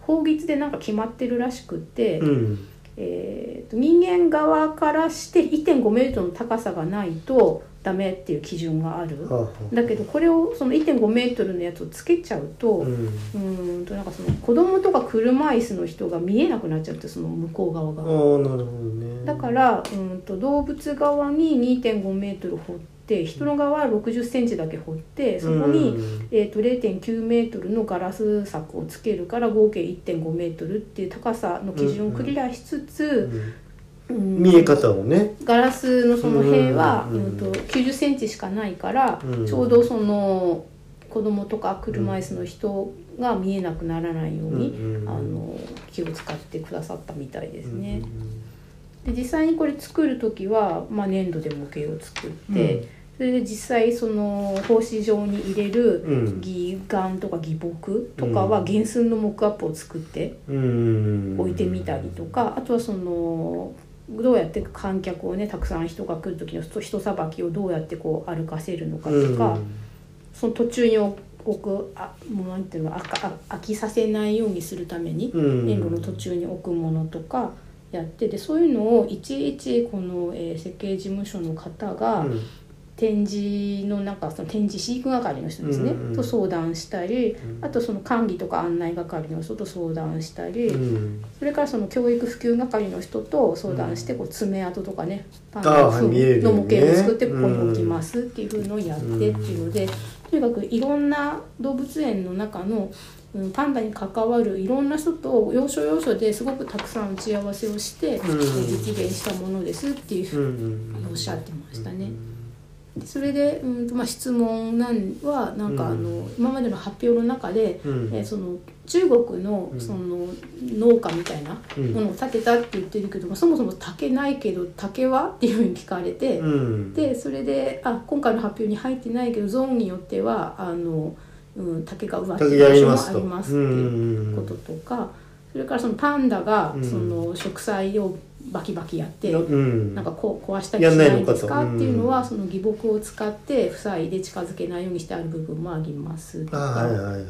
Speaker 2: 法律でなんか決まってるらしくって。
Speaker 1: うん
Speaker 2: えーと人間側からして1.5メートルの高さがないとダメっていう基準がある
Speaker 1: はあはあ
Speaker 2: だけどこれをその1.5メートルのやつをつけちゃうと、
Speaker 1: う
Speaker 2: うんーんとなんかその子供とか車椅子の人が見えなくなっちゃってその向こう側
Speaker 1: ああな
Speaker 2: が。
Speaker 1: るほどね
Speaker 2: だからうーんと動物側に2.5メートル掘って人の側は60センチだけ掘ってそこに、
Speaker 1: うん
Speaker 2: えー、と0.9メートルのガラス柵をつけるから合計1.5メートルっていう高さの基準をクリアしつつ、
Speaker 1: うん
Speaker 2: うん
Speaker 1: 見え方をね
Speaker 2: ガラスのその塀は、
Speaker 1: う
Speaker 2: うんんと90センチしかないから、
Speaker 1: うん
Speaker 2: ちょうどその子供とか車椅子の人が見えなくならないように、
Speaker 1: うんうん
Speaker 2: あの気を使ってくださったみたいですね。で実際にこれ作る時は、まあ、粘土で模型を作って、
Speaker 1: うん
Speaker 2: それで実際その格子状に入れる
Speaker 1: うん
Speaker 2: 義眼とか義木とかは原寸のモックアップを作って。
Speaker 1: うん
Speaker 2: 置いてみたりとかあとはそのどうやって観客をねたくさん人が来る時の人人さばきをどうやってこう歩かせるのかとか、その途中に置くあもうなんていうのあかあ飽きさせないようにするために
Speaker 1: うん
Speaker 2: 園路の途中に置くものとかやってでそういうのをいちいちこの、えー設計事務所の方が、
Speaker 1: うん
Speaker 2: 展示のなんかその展示飼育係の人ですね、
Speaker 1: うんうん
Speaker 2: と相談したり、
Speaker 1: うん
Speaker 2: あとその管理とか案内係の人と相談したり。
Speaker 1: うん
Speaker 2: それからその教育普及係の人と相談してこう爪痕とかねパン
Speaker 1: あ
Speaker 2: ダ
Speaker 1: あ
Speaker 2: の
Speaker 1: 見える
Speaker 2: 糞
Speaker 1: よ
Speaker 2: の
Speaker 1: ね
Speaker 2: 模型を作ってここに置きますっていうふうのをやってっていうのでとにかくいろんな動物園の中のうんパンダに関わるいろんな人と要所要所ですごくたくさん打ち合わせをして
Speaker 1: ん
Speaker 2: 実現したものですっていうふう
Speaker 1: うん
Speaker 2: におっしゃってましたね。
Speaker 1: うん
Speaker 2: それで、うんとまあ、質問なんはなんかあの、
Speaker 1: うん
Speaker 2: 今までの発表の中で、
Speaker 1: うん
Speaker 2: えーその中国の
Speaker 1: うん
Speaker 2: その農家みたいなものを建てたって言ってるけど、まあそもそも竹ないけど竹はっていうふうに聞かれて、
Speaker 1: うん
Speaker 2: でそれであ今回の発表に入ってないけどゾーンによってはあの、うん、竹が植わって
Speaker 1: 竹
Speaker 2: る
Speaker 1: がありま
Speaker 2: 場所も
Speaker 1: す
Speaker 2: あ
Speaker 1: と
Speaker 2: りますっていう。こととかそれからそのパンダが
Speaker 1: うん
Speaker 2: その植栽をバキバキやって、
Speaker 1: うん
Speaker 2: なんかこう壊したりしな
Speaker 1: やんないの
Speaker 2: いん
Speaker 1: か
Speaker 2: で
Speaker 1: と
Speaker 2: すかっていうのは、
Speaker 1: うん
Speaker 2: その義木を使って塞いで近づけないようにしてある部分もありますと
Speaker 1: あ
Speaker 2: か、
Speaker 1: はいはいはい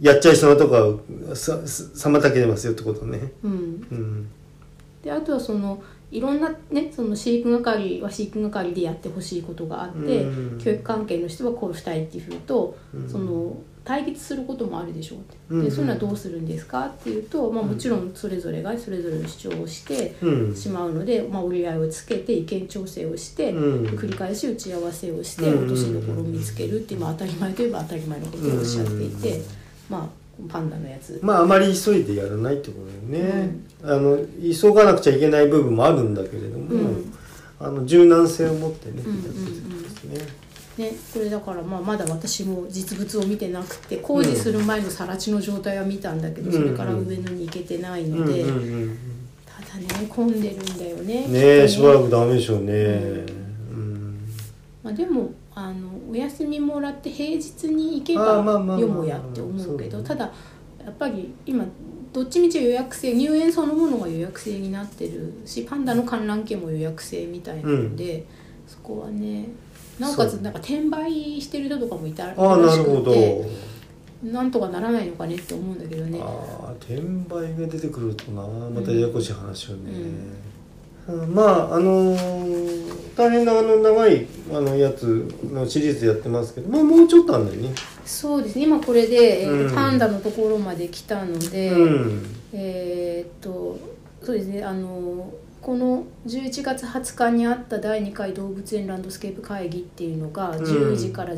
Speaker 1: やっちゃいそうなとこはささ妨げますよってことね
Speaker 2: うん、
Speaker 1: うん
Speaker 2: であとはそのいろんなねその飼育係は飼育係でやってほしいことがあって、
Speaker 1: うん
Speaker 2: 教育関係の人はこうしたいっていうふうと、
Speaker 1: うん
Speaker 2: その対立することもあるでしょうって、
Speaker 1: うん
Speaker 2: でそういうのはどうするんですかっていうと、まあ、もちろんそれぞれがそれぞれの主張をして。
Speaker 1: うん
Speaker 2: しまうので、まあ、折り合いをつけて意見調整をして、
Speaker 1: うん
Speaker 2: 繰り返し打ち合わせをして
Speaker 1: うん
Speaker 2: 落としどころを見つけるって、まあ、当たり前といえば当たり前のことをおっしゃっていて、
Speaker 1: うん
Speaker 2: まあ、パンダのやつ、
Speaker 1: まああまり急いでやらないってことだよね、あの急がなくちゃいけない部分もあるんだけれども、
Speaker 2: うん
Speaker 1: あの柔軟性を持ってね、
Speaker 2: うん
Speaker 1: やっ
Speaker 2: うんうん
Speaker 1: てるんですね、
Speaker 2: ね、これだから、まあ、まだ私も実物を見てなくて工事する前の更地の状態は見たんだけ
Speaker 1: う
Speaker 2: ど、
Speaker 1: ん
Speaker 2: それから上野に行けてないので、
Speaker 1: うんうんうん
Speaker 2: ただね混んでるんだよね。
Speaker 1: うんねえ
Speaker 2: きっ
Speaker 1: し
Speaker 2: とね
Speaker 1: ばらくダメでしょうね、
Speaker 2: う
Speaker 1: うん
Speaker 2: まあ、でもあのお休みもらって平日に行け
Speaker 1: あー
Speaker 2: ば
Speaker 1: まあまあまあ
Speaker 2: よもやって思うけ
Speaker 1: そ
Speaker 2: ど
Speaker 1: うだ
Speaker 2: ただやっぱり今どっちみち予約制入園そのものが予約制になってるしパンダの観覧券も予約制みたいなので、そこはねなおかつ
Speaker 1: そう
Speaker 2: なんか転売してる人とかもいたらし
Speaker 1: ああなるほ
Speaker 2: く
Speaker 1: ど
Speaker 2: てなんとかならないのかねって思うんだけどね。
Speaker 1: ああ転売が出てくるとなまたややこしい話よね、うんまああのー大変なあの長いあのやつのシリーズやってますけどまあもうちょっとあんだよね、
Speaker 2: そうですね今これで、えー
Speaker 1: う
Speaker 2: と
Speaker 1: ん
Speaker 2: パンダのところまで来たので、
Speaker 1: うん
Speaker 2: えーっとそうですねあのこの11月20日にあった第2回動物園ランドスケープ会議っていうのが
Speaker 1: うん
Speaker 2: 10時から17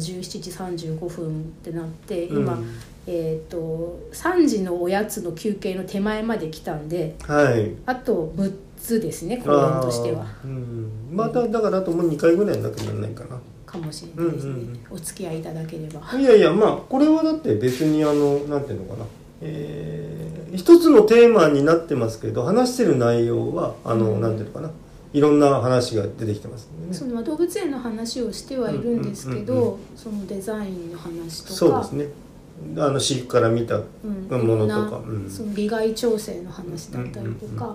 Speaker 2: 時35分ってなって、
Speaker 1: う
Speaker 2: 今、
Speaker 1: ん
Speaker 2: えーっと3時のおやつの休憩の手前まで来たんで
Speaker 1: はい
Speaker 2: あと6つですね公演としては
Speaker 1: あ。ーうん、まただからあともう2回ぐらいなくならないかな
Speaker 2: かもしれないですね、
Speaker 1: うんうん
Speaker 2: お付き合いいただければ。
Speaker 1: いやいやまあこれはだって別にあのなんていうのかなえー一つのテーマになってますけど話してる内容はあの、
Speaker 2: うん
Speaker 1: なんていうのかないろんな話が出てきてますんで
Speaker 2: そ
Speaker 1: ね
Speaker 2: の動物園の話をしてはいるんですけど、
Speaker 1: うんうんうん
Speaker 2: そのデザインの話とか
Speaker 1: そうですねあの飼育から見た
Speaker 2: うん
Speaker 1: ものとか、
Speaker 2: いろ
Speaker 1: うん
Speaker 2: なその利害調整の話だったりとか、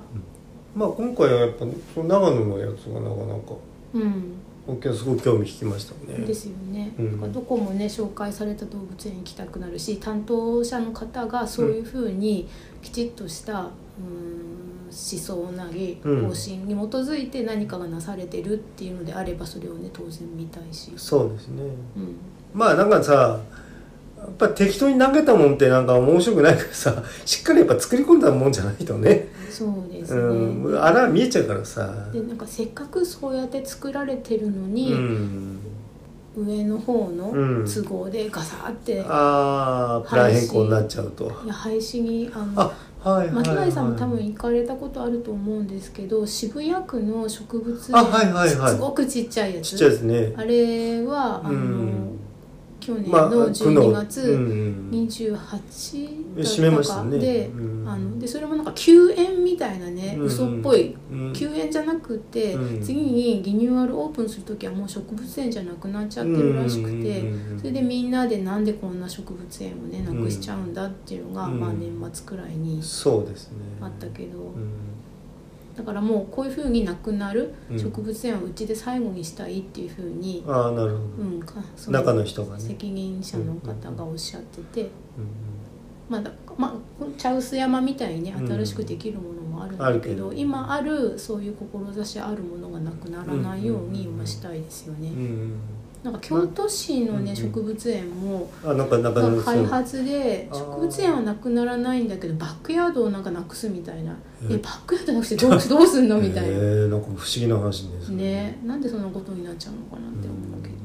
Speaker 1: まあ今回はやっぱその長野のやつがなかなか
Speaker 2: うん
Speaker 1: 僕はすごく興味引きましたね
Speaker 2: ですよね、
Speaker 1: うん
Speaker 2: だからどこもね紹介された動物園行きたくなるし担当者の方がそういうふうにきちっとした、うん思想なり方
Speaker 1: うん
Speaker 2: 針に基づいて何かがなされてるっていうのであればそれをね当然見たいし、
Speaker 1: そうですね
Speaker 2: うん、
Speaker 1: まあなんかさやっぱ適当に投げたもんってなんか面白くないからさ しっかりやっぱ作り込んだもんじゃないとね
Speaker 2: そうですね、
Speaker 1: うんあら見えちゃうからさ
Speaker 2: でなんかせっかくそうやって作られてるの
Speaker 1: う
Speaker 2: に、
Speaker 1: ん
Speaker 2: 上の方
Speaker 1: うん
Speaker 2: の都合でガサーって、
Speaker 1: ああプラン変更になっちゃうと
Speaker 2: いや廃止にあの
Speaker 1: あはいはい、はい、
Speaker 2: 巻貝さんも多分行かれたことあると思うんですけど渋谷区の植物
Speaker 1: あはいはいはい
Speaker 2: すごくちっちゃいやつ
Speaker 1: ちっちゃいですね
Speaker 2: あれはあの、
Speaker 1: うん
Speaker 2: 去年
Speaker 1: まあ
Speaker 2: の
Speaker 1: 区の
Speaker 2: 12
Speaker 1: うん
Speaker 2: 月
Speaker 1: うん
Speaker 2: 28だったか
Speaker 1: 閉めましたね
Speaker 2: で,、
Speaker 1: うん
Speaker 2: あのでそれもなんか休園みたいなね、
Speaker 1: うん
Speaker 2: 嘘っぽい
Speaker 1: うん
Speaker 2: 休園じゃなくて、
Speaker 1: うん
Speaker 2: 次にリニューアルオープンする時はもう植物園じゃなくなっちゃってるらしくて。
Speaker 1: うん
Speaker 2: それでみんなでなんでこんな植物園をねなくしちゃうんだっていうのが、
Speaker 1: うん
Speaker 2: まあ、年末くらいに
Speaker 1: そうですね
Speaker 2: あったけど、
Speaker 1: うん
Speaker 2: だからもうこういうふうになくなる
Speaker 1: うん
Speaker 2: 植物園をうちで最後にしたいっていうふうに、
Speaker 1: ああなるほど、うん
Speaker 2: うんかそ
Speaker 1: 中の人がね
Speaker 2: 責任者の方がおっしゃってて、
Speaker 1: う
Speaker 2: まあだまあ、この茶臼山みたいにね
Speaker 1: うん
Speaker 2: 新しくできるものもあるん
Speaker 1: ある
Speaker 2: だ
Speaker 1: け
Speaker 2: け
Speaker 1: ど
Speaker 2: ど、今あるそういう志あるものがなくならないように今したいですよね。
Speaker 1: んうん
Speaker 2: なんか京都市の
Speaker 1: う
Speaker 2: ね
Speaker 1: ん
Speaker 2: 植物園も、
Speaker 1: あなんかなかな
Speaker 2: が
Speaker 1: か
Speaker 2: 開発で
Speaker 1: あー
Speaker 2: 植物園はなくならないんだけどバックヤードをなんかなくすみたいな
Speaker 1: え
Speaker 2: えバックヤードなくしてどうどうすんのみたい
Speaker 1: え
Speaker 2: な、
Speaker 1: ー、なんか不思議な話です
Speaker 2: ねなんでそんなことになっちゃうのかなっ
Speaker 1: うん
Speaker 2: て思うけど、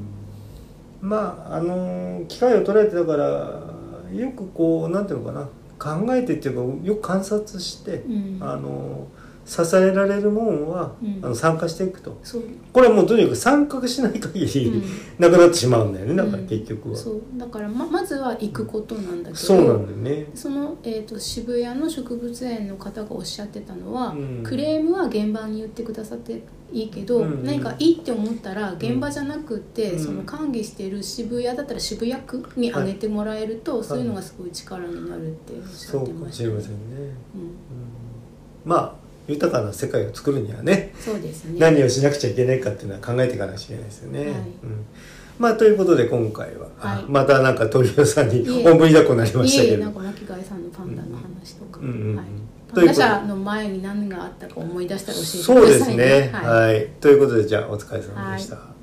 Speaker 1: まああのー機会を捉えてだからよくこうなんていうのかな考えてっていうかよく観察して、
Speaker 2: うん
Speaker 1: あのー支えられるもんは、
Speaker 2: うん
Speaker 1: あの参加していくと
Speaker 2: そう
Speaker 1: これはもうとにかく参画しない限り、
Speaker 2: うん
Speaker 1: なくなってしまうんだよねだから
Speaker 2: うん
Speaker 1: 結局は、
Speaker 2: そうだからままずは行くことなんだけど
Speaker 1: そうなんだよね
Speaker 2: その、えー、と渋谷の植物園の方がおっしゃってたのは、
Speaker 1: うん
Speaker 2: クレームは現場に言ってくださっていいけど、
Speaker 1: うん
Speaker 2: 何かいいって思ったら現場じゃなくて、
Speaker 1: うん
Speaker 2: その管理してる渋谷だったら渋谷区に上げてもらえると、そういうのがすごい力になるっておっしゃ
Speaker 1: そ
Speaker 2: っ
Speaker 1: う
Speaker 2: て
Speaker 1: か
Speaker 2: ま
Speaker 1: も
Speaker 2: し
Speaker 1: したれ
Speaker 2: ね
Speaker 1: ませんね、
Speaker 2: うん
Speaker 1: うん、まあ豊かな世界を作るにはね
Speaker 2: そうですね
Speaker 1: 何をしなくちゃいけないかっていうのは考えていかなきゃいけないですよね。
Speaker 2: は
Speaker 1: う
Speaker 2: い
Speaker 1: ん、まあということで今回は、
Speaker 2: はい
Speaker 1: あまたなんか鳥尾さんに
Speaker 2: いえ
Speaker 1: おんぶりだこになりまし
Speaker 2: い
Speaker 1: た
Speaker 2: えい
Speaker 1: け
Speaker 2: え
Speaker 1: ど
Speaker 2: なんか巻貝さんのパンダの話とか、
Speaker 1: うんうんうん
Speaker 2: はい、
Speaker 1: と
Speaker 2: パ
Speaker 1: い
Speaker 2: ン
Speaker 1: うこと
Speaker 2: ダ社の前に何があったか思い出したら教えてくだ
Speaker 1: そうで
Speaker 2: さ
Speaker 1: す
Speaker 2: い
Speaker 1: ね。
Speaker 2: は
Speaker 1: は
Speaker 2: い
Speaker 1: い、ということでじゃあお疲れ様でした。
Speaker 2: は